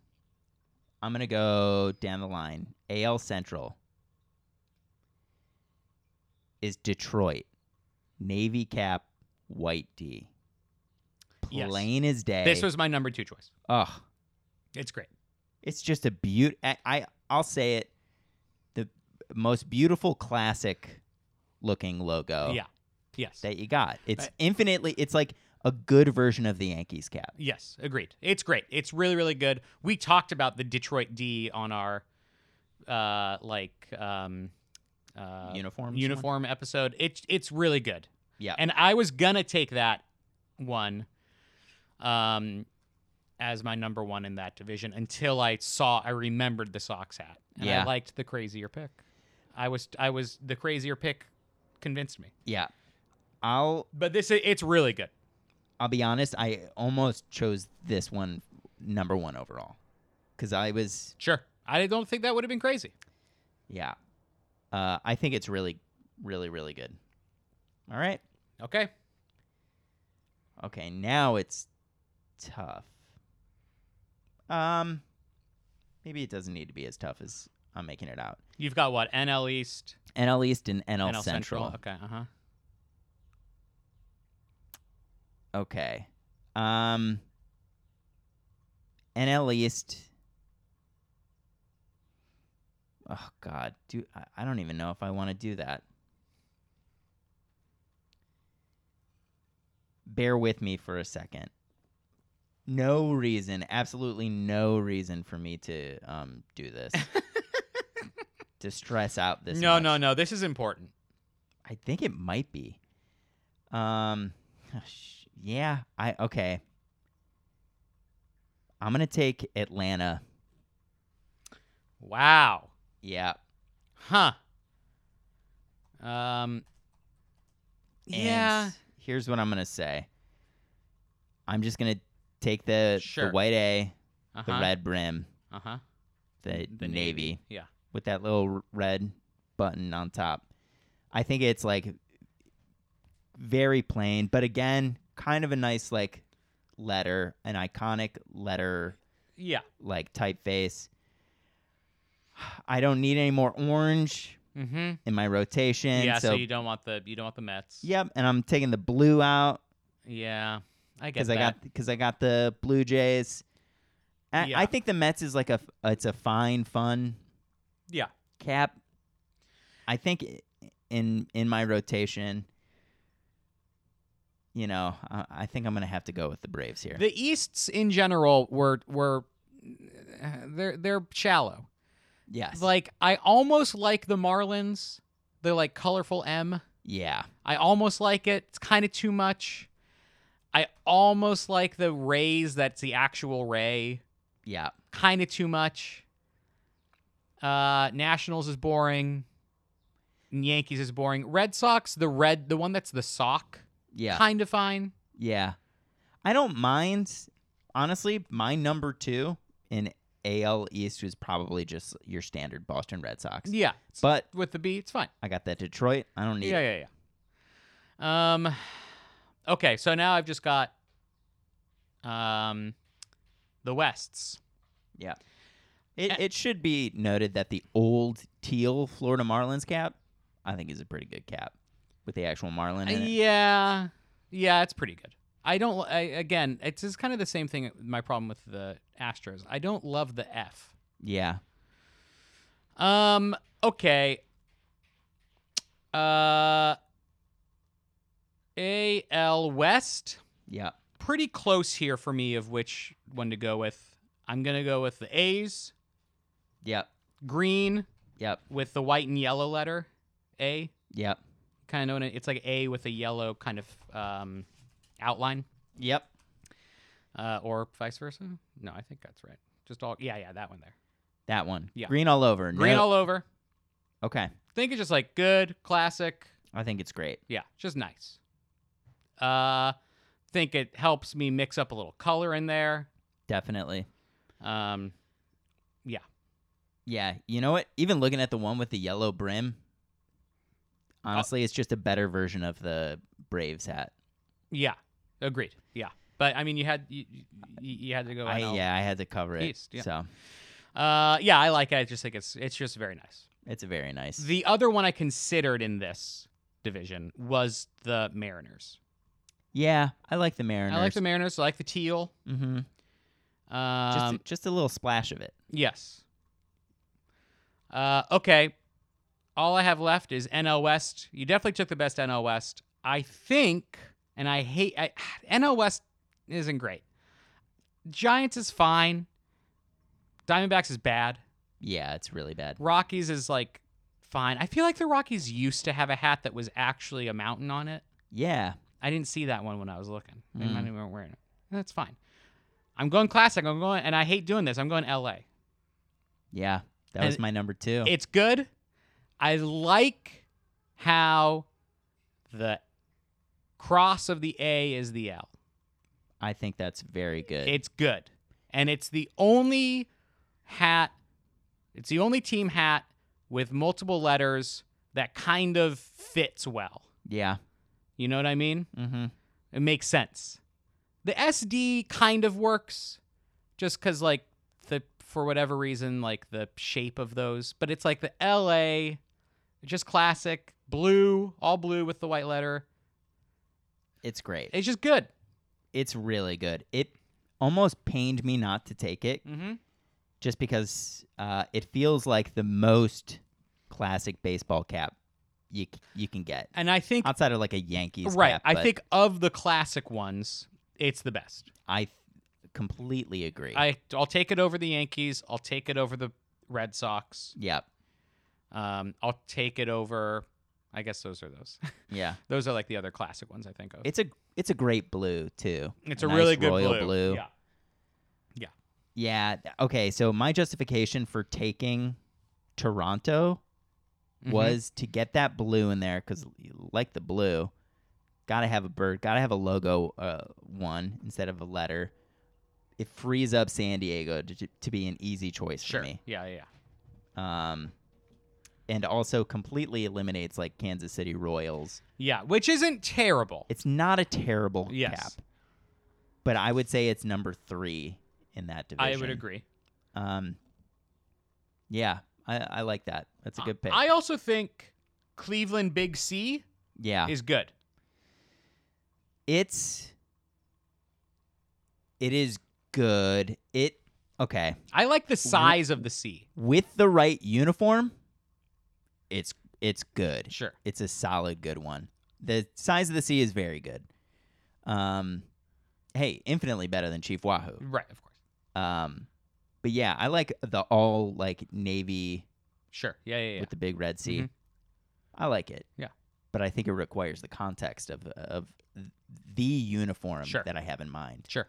[SPEAKER 2] I'm going to go down the line. AL Central is Detroit. Navy cap, white D.
[SPEAKER 1] Yes.
[SPEAKER 2] Plain as day.
[SPEAKER 1] This was my number two choice.
[SPEAKER 2] Ugh.
[SPEAKER 1] It's great.
[SPEAKER 2] It's just a beaut. I, I I'll say it, the most beautiful classic looking logo
[SPEAKER 1] Yeah. Yes.
[SPEAKER 2] that you got. It's
[SPEAKER 1] I-
[SPEAKER 2] infinitely. It's like a good version of the Yankees cap.
[SPEAKER 1] yes. Agreed. It's great. It's really, really good. We talked about the Detroit D on our uh like um uh
[SPEAKER 2] Uniforms.
[SPEAKER 1] uniform episode. It's it's really good.
[SPEAKER 2] Yeah.
[SPEAKER 1] And I was gonna take that one um as my number one in that division until I saw I remembered the Sox hat. And
[SPEAKER 2] Yeah.
[SPEAKER 1] I liked the crazier pick. I was I was the crazier pick convinced me.
[SPEAKER 2] Yeah. I'll
[SPEAKER 1] But this it's really good.
[SPEAKER 2] I'll be honest. I almost chose this one number one overall because I was
[SPEAKER 1] Sure. I don't think that would have been crazy.
[SPEAKER 2] yeah. Uh, I think it's really, really, really good. All right.
[SPEAKER 1] Okay.
[SPEAKER 2] Okay, now it's tough. Um, maybe it doesn't need to be as tough as I'm making it out.
[SPEAKER 1] You've got what? NL East,
[SPEAKER 2] NL East and NL,
[SPEAKER 1] NL Central.
[SPEAKER 2] Central.
[SPEAKER 1] Okay. Uh huh.
[SPEAKER 2] Okay. Um, NL East. Oh God, do I, I don't even know if I want to do that. Bear with me for a second. No reason, absolutely no reason for me to um do this. to stress out this.
[SPEAKER 1] No,
[SPEAKER 2] much.
[SPEAKER 1] no, no. This is important.
[SPEAKER 2] I think it might be. Um, sh- yeah. I okay. I'm gonna take Atlanta.
[SPEAKER 1] Wow.
[SPEAKER 2] Yeah.
[SPEAKER 1] Huh. Um.
[SPEAKER 2] And
[SPEAKER 1] yeah.
[SPEAKER 2] Here's what I'm gonna say. I'm just gonna take the the
[SPEAKER 1] Sure.
[SPEAKER 2] white A,
[SPEAKER 1] Uh-huh.
[SPEAKER 2] the red brim,
[SPEAKER 1] Uh huh.
[SPEAKER 2] the, the navy
[SPEAKER 1] Yeah.
[SPEAKER 2] with that little r- red button on top. I think it's like very plain, but again, kind of a nice like letter, an iconic letter
[SPEAKER 1] Yeah.
[SPEAKER 2] like typeface. I don't need any more orange
[SPEAKER 1] Mm-hmm.
[SPEAKER 2] in my rotation.
[SPEAKER 1] Yeah. So,
[SPEAKER 2] so,
[SPEAKER 1] you don't want the you don't want the Mets.
[SPEAKER 2] yep, and I'm taking the blue out
[SPEAKER 1] Yeah. I get
[SPEAKER 2] because
[SPEAKER 1] that.
[SPEAKER 2] I got because I got the Blue Jays. I,
[SPEAKER 1] Yeah.
[SPEAKER 2] I think the Mets is like a f- it's a fine fun
[SPEAKER 1] Yeah.
[SPEAKER 2] cap. I think i- in in my rotation, you know, I, I think I'm gonna have to go with the Braves here.
[SPEAKER 1] The Easts in general were were uh, they're they're shallow.
[SPEAKER 2] yes,
[SPEAKER 1] Like I almost like the Marlins. They're like colorful M.
[SPEAKER 2] yeah,
[SPEAKER 1] I almost like it. It's kind of too much. I almost like the rays that's the actual ray.
[SPEAKER 2] yeah,
[SPEAKER 1] Kind of too much. Uh Nationals is boring. Yankees is boring. Red Sox, the red, the one that's the sock,
[SPEAKER 2] yeah.
[SPEAKER 1] kind of fine.
[SPEAKER 2] Yeah. I don't mind. Honestly, my number two in AL East was probably just your standard Boston Red Sox.
[SPEAKER 1] Yeah, it's-
[SPEAKER 2] But
[SPEAKER 1] with the B, it's fine.
[SPEAKER 2] I got that Detroit. I don't need
[SPEAKER 1] Yeah,
[SPEAKER 2] it.
[SPEAKER 1] yeah, yeah. Um, okay, so now I've just got um, the Wests.
[SPEAKER 2] Yeah. It,
[SPEAKER 1] A-
[SPEAKER 2] it should be noted that the old teal Florida Marlins cap, I think, is a pretty good cap with the actual Marlin in it.
[SPEAKER 1] Uh, Yeah, yeah, it's pretty good. I don't. I, again, it's just kind of the same thing. My problem with the Astros, I don't love the F.
[SPEAKER 2] Yeah.
[SPEAKER 1] Um. Okay. Uh. A L West.
[SPEAKER 2] Yeah.
[SPEAKER 1] Pretty close here for me of which one to go with. I'm gonna go with the A's.
[SPEAKER 2] Yep.
[SPEAKER 1] Green
[SPEAKER 2] Yep.
[SPEAKER 1] with the white and yellow letter. A.
[SPEAKER 2] Yep.
[SPEAKER 1] Kind of. It's like A with a yellow kind of um, outline.
[SPEAKER 2] Yep.
[SPEAKER 1] uh, or vice versa. No, I think that's right. Just all, yeah, yeah, that one there.
[SPEAKER 2] That one.
[SPEAKER 1] Yeah.
[SPEAKER 2] Green all over.
[SPEAKER 1] Green
[SPEAKER 2] no,
[SPEAKER 1] all over.
[SPEAKER 2] Okay.
[SPEAKER 1] Think it's just like good, classic.
[SPEAKER 2] I think it's great.
[SPEAKER 1] Yeah, just nice. Uh, think it helps me mix up a little color in there.
[SPEAKER 2] Definitely.
[SPEAKER 1] Um,
[SPEAKER 2] Yeah. You know what? Even looking at the one with the yellow brim,
[SPEAKER 1] Oh.
[SPEAKER 2] honestly, it's just a better version of the Braves hat.
[SPEAKER 1] yeah, agreed. Yeah, but I mean, you had you, you, you had to go.
[SPEAKER 2] I,
[SPEAKER 1] NL.
[SPEAKER 2] yeah, I had to cover it.
[SPEAKER 1] Oh, East, yeah.
[SPEAKER 2] So
[SPEAKER 1] Uh, yeah, I like it. I just think it's it's just very nice.
[SPEAKER 2] it's a very nice.
[SPEAKER 1] The other one I considered in this division was the Mariners.
[SPEAKER 2] yeah, I like the Mariners.
[SPEAKER 1] I like the Mariners. I like the teal.
[SPEAKER 2] Mm-hmm.
[SPEAKER 1] Um,
[SPEAKER 2] Just, a, just a little splash of it.
[SPEAKER 1] Yes. Uh, okay. All I have left is NL West. You definitely took the best NL West. I think, and I hate I, NL West isn't great. Giants is fine. Diamondbacks is bad.
[SPEAKER 2] Yeah, it's really bad.
[SPEAKER 1] Rockies is like fine. I feel like the Rockies used to have a hat that was actually a mountain on it.
[SPEAKER 2] Yeah.
[SPEAKER 1] I didn't see that one when I was looking. They
[SPEAKER 2] Mm.
[SPEAKER 1] might even wearing it. That's fine. I'm going classic. I'm going, and I hate doing this. I'm going LA.
[SPEAKER 2] Yeah. That
[SPEAKER 1] And
[SPEAKER 2] was my number two.
[SPEAKER 1] It's good. I like how the cross of the A is the L.
[SPEAKER 2] I think that's very good.
[SPEAKER 1] It's good. And it's the only hat, it's the only team hat with multiple letters that kind of fits well.
[SPEAKER 2] yeah.
[SPEAKER 1] You know what I mean?
[SPEAKER 2] Mm-hmm.
[SPEAKER 1] It makes sense. The SD kind of works just cuz like the for whatever reason like the shape of those, but it's like the LA just classic blue, all blue with the white letter.
[SPEAKER 2] It's great.
[SPEAKER 1] It's just good.
[SPEAKER 2] it's really good. It almost pained me not to take it
[SPEAKER 1] Mhm.
[SPEAKER 2] just because uh, it feels like the most classic baseball cap you c- you can get
[SPEAKER 1] And I think
[SPEAKER 2] outside of like a Yankees
[SPEAKER 1] right,
[SPEAKER 2] cap,
[SPEAKER 1] I
[SPEAKER 2] but
[SPEAKER 1] think of the classic ones, it's the best.
[SPEAKER 2] I th- completely agree.
[SPEAKER 1] I I'll take it over the Yankees, I'll take it over the Red Sox.
[SPEAKER 2] yeah.
[SPEAKER 1] Um I'll take it over I guess those are those.
[SPEAKER 2] Yeah.
[SPEAKER 1] those are like the other classic ones I think of.
[SPEAKER 2] It's a it's a great blue too.
[SPEAKER 1] It's
[SPEAKER 2] A
[SPEAKER 1] a
[SPEAKER 2] nice
[SPEAKER 1] really good
[SPEAKER 2] royal
[SPEAKER 1] blue.
[SPEAKER 2] blue.
[SPEAKER 1] Yeah.
[SPEAKER 2] Yeah. th- Okay. So my justification for taking Toronto
[SPEAKER 1] Mm-hmm.
[SPEAKER 2] was to get that blue in there because like the blue, gotta have a bird, gotta have a logo uh, one instead of a letter. It frees up San Diego to, to be an easy choice
[SPEAKER 1] sure.
[SPEAKER 2] for me.
[SPEAKER 1] Yeah, yeah. yeah.
[SPEAKER 2] Um, and also completely eliminates like Kansas City Royals.
[SPEAKER 1] Yeah, which isn't terrible.
[SPEAKER 2] It's not a terrible
[SPEAKER 1] Yes.
[SPEAKER 2] cap, but I would say it's number three in that division.
[SPEAKER 1] I would agree.
[SPEAKER 2] Um, yeah, I, I like that. That's a good pick.
[SPEAKER 1] I also think Cleveland Big C
[SPEAKER 2] yeah,
[SPEAKER 1] is good.
[SPEAKER 2] it's it is good. It okay
[SPEAKER 1] I like the size of the C.
[SPEAKER 2] with the right uniform. It's it's good.
[SPEAKER 1] Sure.
[SPEAKER 2] It's a solid good one. The size of the sea is very good. Um, hey, infinitely better than Chief Wahoo.
[SPEAKER 1] Right, of course.
[SPEAKER 2] Um, but yeah, I like the all like navy
[SPEAKER 1] Sure. Yeah, yeah, yeah.
[SPEAKER 2] with the big red sea.
[SPEAKER 1] Mhm.
[SPEAKER 2] I like it.
[SPEAKER 1] Yeah.
[SPEAKER 2] But I think it requires the context of of the uniform
[SPEAKER 1] Sure.
[SPEAKER 2] that I have in mind.
[SPEAKER 1] Sure.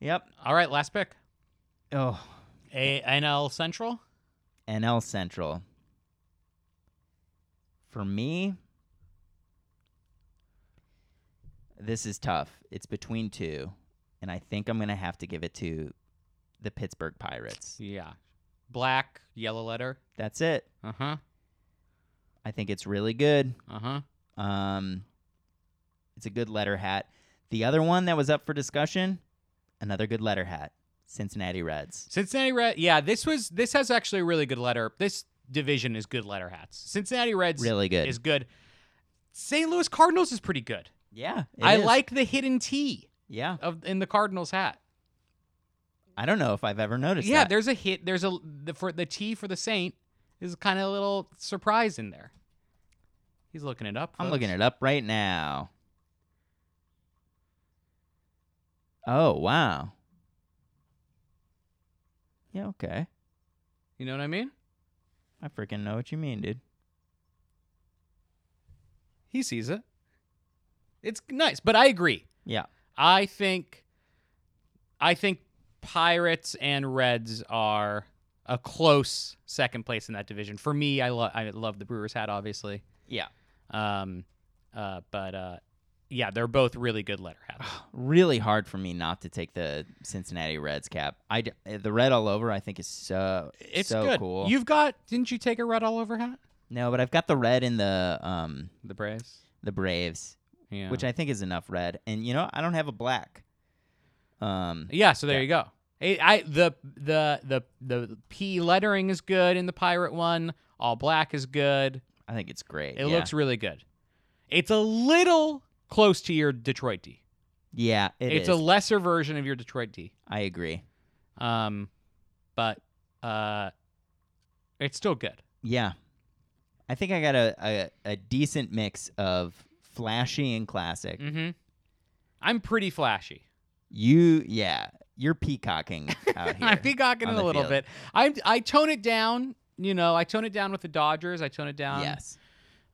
[SPEAKER 2] Yep.
[SPEAKER 1] All right, last pick.
[SPEAKER 2] Oh,
[SPEAKER 1] A- NL Central?
[SPEAKER 2] NL Central. For me, this is tough. It's between two, and I think I'm going to have to give it to the Pittsburgh Pirates.
[SPEAKER 1] Yeah. Black, yellow letter.
[SPEAKER 2] That's it.
[SPEAKER 1] Uh-huh.
[SPEAKER 2] I think it's really good.
[SPEAKER 1] Uh-huh.
[SPEAKER 2] Um, it's a good letter hat. The other one that was up for discussion, another good letter hat, Cincinnati Reds.
[SPEAKER 1] Cincinnati Red. Yeah, this was this has actually a really good letter. This division is good letter hats. Cincinnati Reds
[SPEAKER 2] Really good.
[SPEAKER 1] is good. St. Louis Cardinals is pretty good.
[SPEAKER 2] yeah, it
[SPEAKER 1] I
[SPEAKER 2] is.
[SPEAKER 1] like the hidden T
[SPEAKER 2] Yeah,
[SPEAKER 1] of in the Cardinals hat.
[SPEAKER 2] I don't know if I've ever noticed.
[SPEAKER 1] yeah,
[SPEAKER 2] that.
[SPEAKER 1] there's a hit. There's a the, for the T for the Saint is kind of a little surprise in there. He's looking it up.
[SPEAKER 2] I'm looking it up right now. Oh wow. Yeah. Okay.
[SPEAKER 1] You know what I mean?
[SPEAKER 2] I freaking know what you mean, dude.
[SPEAKER 1] He sees it. It's nice, but I agree.
[SPEAKER 2] Yeah.
[SPEAKER 1] I think I think Pirates and Reds are a close second place in that division. For me, I love I love the Brewers hat obviously.
[SPEAKER 2] Yeah.
[SPEAKER 1] Um uh but uh yeah, they're both really good letter hats.
[SPEAKER 2] Really hard for me not to take the Cincinnati Reds cap. I d- eh, the red all over. I think is so
[SPEAKER 1] It's
[SPEAKER 2] so
[SPEAKER 1] good.
[SPEAKER 2] cool.
[SPEAKER 1] You've got didn't you take a red all over hat?
[SPEAKER 2] no, but I've got the red in the um
[SPEAKER 1] The Braves.
[SPEAKER 2] the Braves,
[SPEAKER 1] Yeah.
[SPEAKER 2] which I think is enough red. And you know I don't have a black. Um.
[SPEAKER 1] Yeah, so there you go. I, I the the the the P lettering is good in the pirate one. All black is good.
[SPEAKER 2] I think it's great.
[SPEAKER 1] It
[SPEAKER 2] yeah.
[SPEAKER 1] looks really good. It's a little close to your Detroit D.
[SPEAKER 2] Yeah. It
[SPEAKER 1] it's a
[SPEAKER 2] is.
[SPEAKER 1] lesser version of your Detroit D.
[SPEAKER 2] I agree.
[SPEAKER 1] Um, but uh, it's still good.
[SPEAKER 2] Yeah. I think I got a, a, a decent mix of flashy and classic.
[SPEAKER 1] Mm-hmm. I'm pretty flashy.
[SPEAKER 2] You, yeah, you're peacocking out here.
[SPEAKER 1] I'm peacocking
[SPEAKER 2] on
[SPEAKER 1] it a
[SPEAKER 2] the
[SPEAKER 1] little
[SPEAKER 2] field.
[SPEAKER 1] bit. I I tone it down. You know, I tone it down with the Dodgers. I tone it down.
[SPEAKER 2] yes.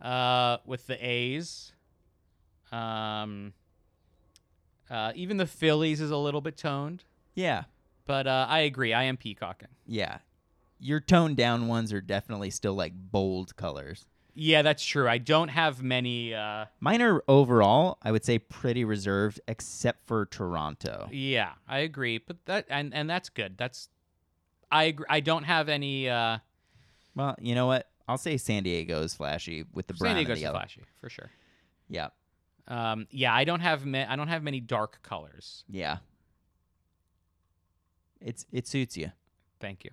[SPEAKER 1] uh, with the A's. Um, uh, even the Phillies is a little bit toned,
[SPEAKER 2] Yeah.
[SPEAKER 1] but uh, I agree. I am peacocking.
[SPEAKER 2] Yeah. Your toned down ones are definitely still like bold colors.
[SPEAKER 1] Yeah, that's true. I don't have many. Uh,
[SPEAKER 2] Mine are overall, I would say, pretty reserved, except for Toronto.
[SPEAKER 1] yeah, I agree. But that and and that's good. That's I agree. I don't have any. Uh,
[SPEAKER 2] Well, you know what? I'll say San Diego is flashy with the brown
[SPEAKER 1] San
[SPEAKER 2] and
[SPEAKER 1] Diego's
[SPEAKER 2] the yellow.
[SPEAKER 1] flashy for sure.
[SPEAKER 2] Yeah.
[SPEAKER 1] Um, yeah, I don't have ma- I don't have many dark colors.
[SPEAKER 2] Yeah. It's it suits you.
[SPEAKER 1] Thank you.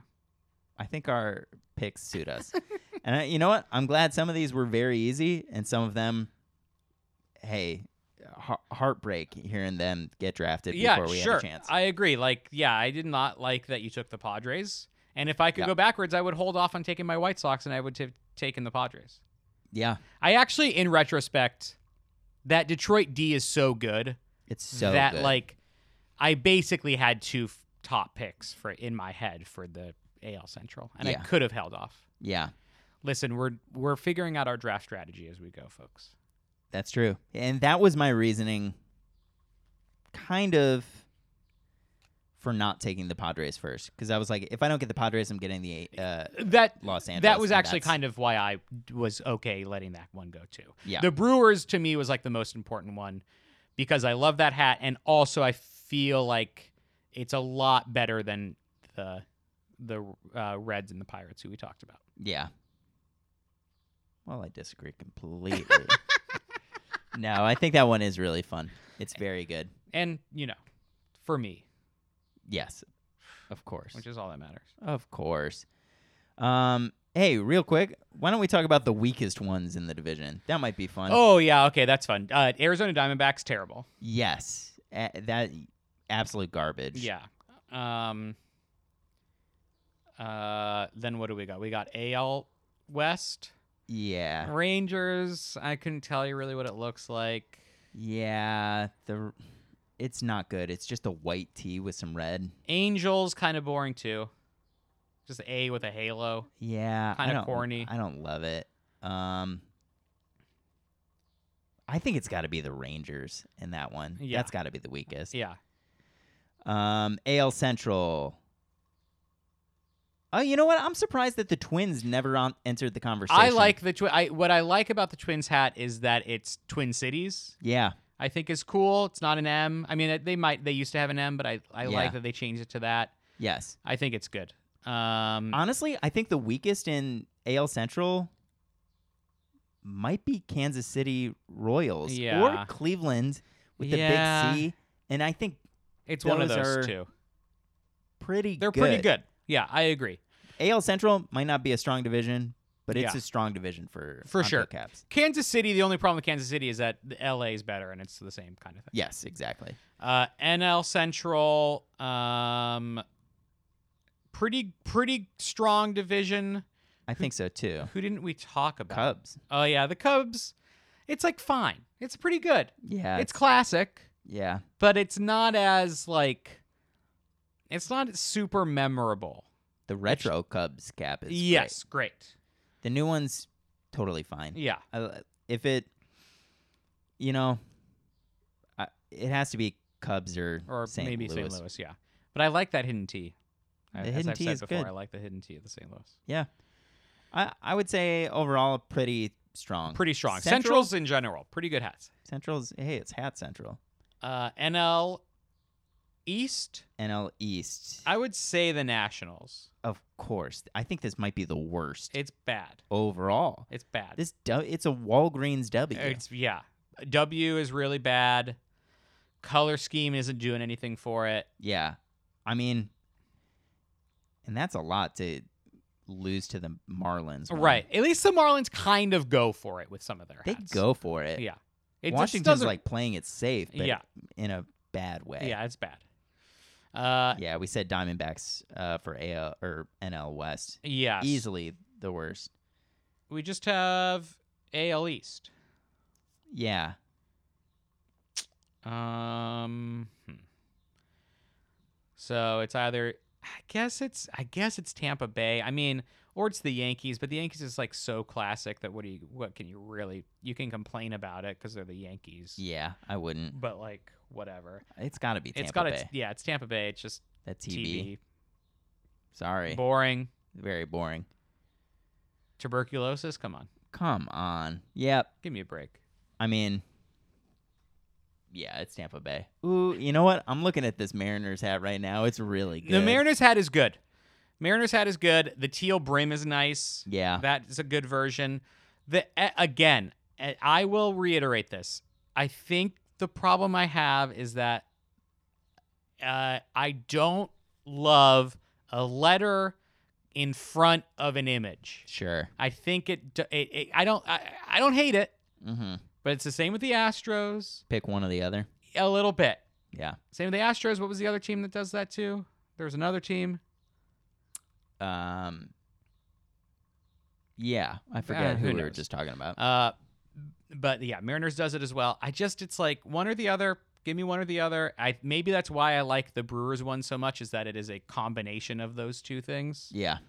[SPEAKER 2] I think our picks suit us. and I, you know what? I'm glad some of these were very easy, and some of them, hey, heart- heartbreak hearing them get drafted
[SPEAKER 1] yeah,
[SPEAKER 2] before we
[SPEAKER 1] sure.
[SPEAKER 2] had a chance.
[SPEAKER 1] I agree. Like, yeah, I did not like that you took the Padres. And if I could
[SPEAKER 2] Yeah.
[SPEAKER 1] go backwards, I would hold off on taking my White Sox and I would have taken the Padres.
[SPEAKER 2] yeah,
[SPEAKER 1] I actually, in retrospect, that Detroit D is so good
[SPEAKER 2] it's so
[SPEAKER 1] that
[SPEAKER 2] good.
[SPEAKER 1] like I basically had two f- top picks for in my head for the AL Central, and
[SPEAKER 2] Yeah.
[SPEAKER 1] I could have held off.
[SPEAKER 2] yeah,
[SPEAKER 1] Listen, we're we're figuring out our draft strategy as we go, folks.
[SPEAKER 2] that's true. And that was my reasoning, kind of, for not taking the Padres first, because I was like, if I don't get the Padres, I'm getting the uh,
[SPEAKER 1] That
[SPEAKER 2] Los Angeles.
[SPEAKER 1] that was
[SPEAKER 2] and
[SPEAKER 1] actually
[SPEAKER 2] that's-
[SPEAKER 1] kind of why I was okay letting that one go too.
[SPEAKER 2] yeah,
[SPEAKER 1] The Brewers to me was like the most important one because I love that hat and also I feel like it's a lot better than the the uh, Reds and the Pirates who we talked about.
[SPEAKER 2] Yeah. Well, I disagree completely. no, I think that one is really fun. It's
[SPEAKER 1] Eh.
[SPEAKER 2] very good.
[SPEAKER 1] And you know, for me,
[SPEAKER 2] Yes. Of course.
[SPEAKER 1] which is all that matters.
[SPEAKER 2] Of course. Um hey, real quick, why don't we talk about the weakest ones in the division? That might be fun.
[SPEAKER 1] Oh yeah, okay, that's fun. Uh, Arizona Diamondbacks terrible.
[SPEAKER 2] Yes. A- that absolute garbage.
[SPEAKER 1] Yeah. Um uh then what do we got? We got AL West
[SPEAKER 2] Yeah.
[SPEAKER 1] Rangers. I couldn't tell you really what it looks like.
[SPEAKER 2] Yeah, the it's not good. It's just a white tee with some red.
[SPEAKER 1] Angels kind of boring too. Just A with a halo.
[SPEAKER 2] Yeah, I
[SPEAKER 1] Kinda
[SPEAKER 2] don't-
[SPEAKER 1] corny.
[SPEAKER 2] I don't love it. Um, I think it's got to be the Rangers in that one.
[SPEAKER 1] Yeah.
[SPEAKER 2] That's got to be the weakest.
[SPEAKER 1] Yeah.
[SPEAKER 2] Um, AL Central. Oh, you know what? I'm surprised that the Twins never on- entered the conversation.
[SPEAKER 1] I like the twi- I what I like about the Twins hat is that it's Twin Cities.
[SPEAKER 2] Yeah,
[SPEAKER 1] I think is cool. It's not an M. I mean, it- they might they used to have an M, but I I
[SPEAKER 2] Yeah.
[SPEAKER 1] like that they changed it to that.
[SPEAKER 2] yes.
[SPEAKER 1] I think it's good. Um
[SPEAKER 2] Honestly, I think the weakest in AL Central might be Kansas City Royals or
[SPEAKER 1] Yeah.
[SPEAKER 2] Cleveland with
[SPEAKER 1] Yeah.
[SPEAKER 2] the big C. And I think
[SPEAKER 1] It's one of
[SPEAKER 2] Those
[SPEAKER 1] those
[SPEAKER 2] are
[SPEAKER 1] two.
[SPEAKER 2] pretty
[SPEAKER 1] They're
[SPEAKER 2] good.
[SPEAKER 1] pretty good. Yeah, I agree.
[SPEAKER 2] AL Central might not be a strong division, but it's
[SPEAKER 1] Yeah.
[SPEAKER 2] a strong division for
[SPEAKER 1] For
[SPEAKER 2] Honto
[SPEAKER 1] sure.
[SPEAKER 2] Caps.
[SPEAKER 1] Kansas City, the only problem with Kansas City is that the LA is better and it's the same kind of thing.
[SPEAKER 2] Yes, exactly.
[SPEAKER 1] Uh, NL Central, um, pretty pretty strong division.
[SPEAKER 2] I think so too.
[SPEAKER 1] Who didn't we talk about?
[SPEAKER 2] Cubs.
[SPEAKER 1] Oh yeah, the Cubs. It's like fine. It's pretty good.
[SPEAKER 2] Yeah.
[SPEAKER 1] it's classic,
[SPEAKER 2] yeah.
[SPEAKER 1] but it's not as like it's not super memorable.
[SPEAKER 2] The retro Cubs cap is great.
[SPEAKER 1] yes, great.
[SPEAKER 2] The new one's totally fine.
[SPEAKER 1] Yeah.
[SPEAKER 2] I- if it, you know, I, it has to be Cubs or
[SPEAKER 1] Or
[SPEAKER 2] St.
[SPEAKER 1] maybe
[SPEAKER 2] Louis.
[SPEAKER 1] St. Louis, yeah. But I like that hidden T. I-
[SPEAKER 2] The
[SPEAKER 1] As
[SPEAKER 2] hidden
[SPEAKER 1] I've
[SPEAKER 2] T
[SPEAKER 1] said
[SPEAKER 2] is
[SPEAKER 1] before,
[SPEAKER 2] good.
[SPEAKER 1] I like the hidden T of the St. Louis.
[SPEAKER 2] Yeah, I I would say overall pretty strong.
[SPEAKER 1] Pretty strong.
[SPEAKER 2] Central-
[SPEAKER 1] Centrals in general, pretty good hats.
[SPEAKER 2] Central's hey, it's Hat Central.
[SPEAKER 1] Uh, NL East,
[SPEAKER 2] NL East,
[SPEAKER 1] I would say the Nationals.
[SPEAKER 2] of course. I think this might be the worst
[SPEAKER 1] It's bad.
[SPEAKER 2] overall.
[SPEAKER 1] It's bad.
[SPEAKER 2] This du- it's a Walgreens W.
[SPEAKER 1] It's yeah. W is really bad. Color scheme isn't doing anything for it.
[SPEAKER 2] yeah, I mean, and that's a lot to lose to the Marlins. man.
[SPEAKER 1] Right. At least the Marlins kind of go for it with some of their
[SPEAKER 2] they
[SPEAKER 1] hats.
[SPEAKER 2] go for it.
[SPEAKER 1] Yeah. It just
[SPEAKER 2] Washington's
[SPEAKER 1] doesn't-
[SPEAKER 2] like playing it safe, but
[SPEAKER 1] Yeah.
[SPEAKER 2] in a bad way.
[SPEAKER 1] yeah, it's bad. Uh,
[SPEAKER 2] Yeah, we said Diamondbacks uh, for AL or NL West.
[SPEAKER 1] yeah.
[SPEAKER 2] Easily the worst.
[SPEAKER 1] We just have AL East.
[SPEAKER 2] Yeah.
[SPEAKER 1] Um. hmm. So it's either I guess it's I guess it's Tampa Bay. I mean, or it's the Yankees, but the Yankees is like so classic that what do you what can you really you can complain about it because they're the Yankees.
[SPEAKER 2] Yeah, I wouldn't.
[SPEAKER 1] But like whatever.
[SPEAKER 2] It's got to be Tampa
[SPEAKER 1] it's got
[SPEAKER 2] Bay.
[SPEAKER 1] its yeah, it's Tampa Bay. It's just
[SPEAKER 2] that TV.
[SPEAKER 1] TV.
[SPEAKER 2] Sorry.
[SPEAKER 1] Boring.
[SPEAKER 2] Very boring.
[SPEAKER 1] Tuberculosis. Come on,
[SPEAKER 2] Come on. Yep.
[SPEAKER 1] give me a break.
[SPEAKER 2] I mean, yeah, it's Tampa Bay. Ooh, you know what? I'm looking at this Mariners hat right now. It's really good.
[SPEAKER 1] The Mariners hat is good. Mariners hat is good. The teal brim is nice.
[SPEAKER 2] Yeah.
[SPEAKER 1] That is a good version. The a- again, a- I will reiterate this. I think the problem I have is that uh, I don't love a letter in front of an image.
[SPEAKER 2] Sure.
[SPEAKER 1] I think it. d- it, it I don't. I, I don't hate it,
[SPEAKER 2] Mm-hmm.
[SPEAKER 1] but it's the same with the Astros.
[SPEAKER 2] Pick one or the other.
[SPEAKER 1] A little bit.
[SPEAKER 2] Yeah.
[SPEAKER 1] Same with the Astros. What was the other team that does that too? There's another team.
[SPEAKER 2] Um. Yeah, I forget
[SPEAKER 1] Ah, who
[SPEAKER 2] who, we were
[SPEAKER 1] knows?
[SPEAKER 2] just talking about.
[SPEAKER 1] Uh, but yeah, Mariners does it as well. I just it's like one or the other. Give me one or the other. I maybe that's why I like the Brewers one so much is that it is a combination of those two things.
[SPEAKER 2] yeah.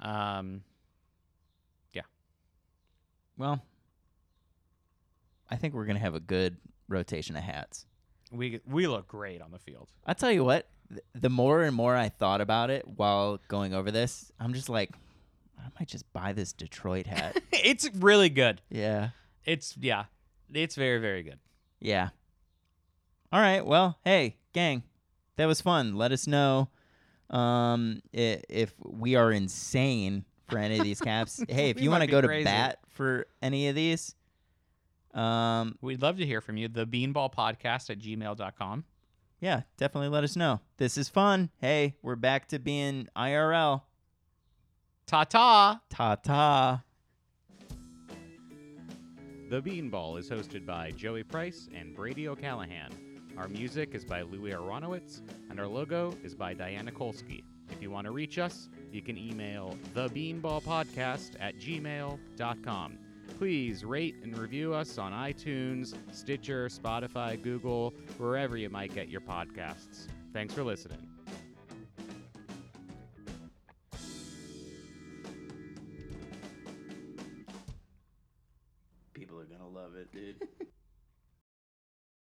[SPEAKER 1] Um,
[SPEAKER 2] Well, I think we're gonna have a good rotation of hats.
[SPEAKER 1] we we look great on the field.
[SPEAKER 2] I tell you what, th- the more and more I thought about it while going over this, I'm just like, I might just buy this Detroit hat.
[SPEAKER 1] it's really good.
[SPEAKER 2] yeah.
[SPEAKER 1] It's yeah, it's very very good.
[SPEAKER 2] Yeah. All right. Well, hey, gang, that was fun. Let us know um, i- if we are insane for any of these caps. hey, if
[SPEAKER 1] We
[SPEAKER 2] you
[SPEAKER 1] might
[SPEAKER 2] want to
[SPEAKER 1] be
[SPEAKER 2] go
[SPEAKER 1] crazy.
[SPEAKER 2] to bat for any of these, um,
[SPEAKER 1] We'd love to hear from you. The Beanball Podcast at gmail.com.
[SPEAKER 2] yeah, definitely let us know. This is fun. Hey, we're back to being IRL.
[SPEAKER 1] Ta ta.
[SPEAKER 2] Ta ta.
[SPEAKER 1] The Beanball is hosted by Joey Price and Brady O'Callahan. Our music is by Louis Aronowitz, and our logo is by Diana Kolsky. If you want to reach us, you can email thebeanballpodcast at gmail.com. Please rate and review us on iTunes, Stitcher, Spotify, Google, wherever you might get your podcasts. Thanks for listening.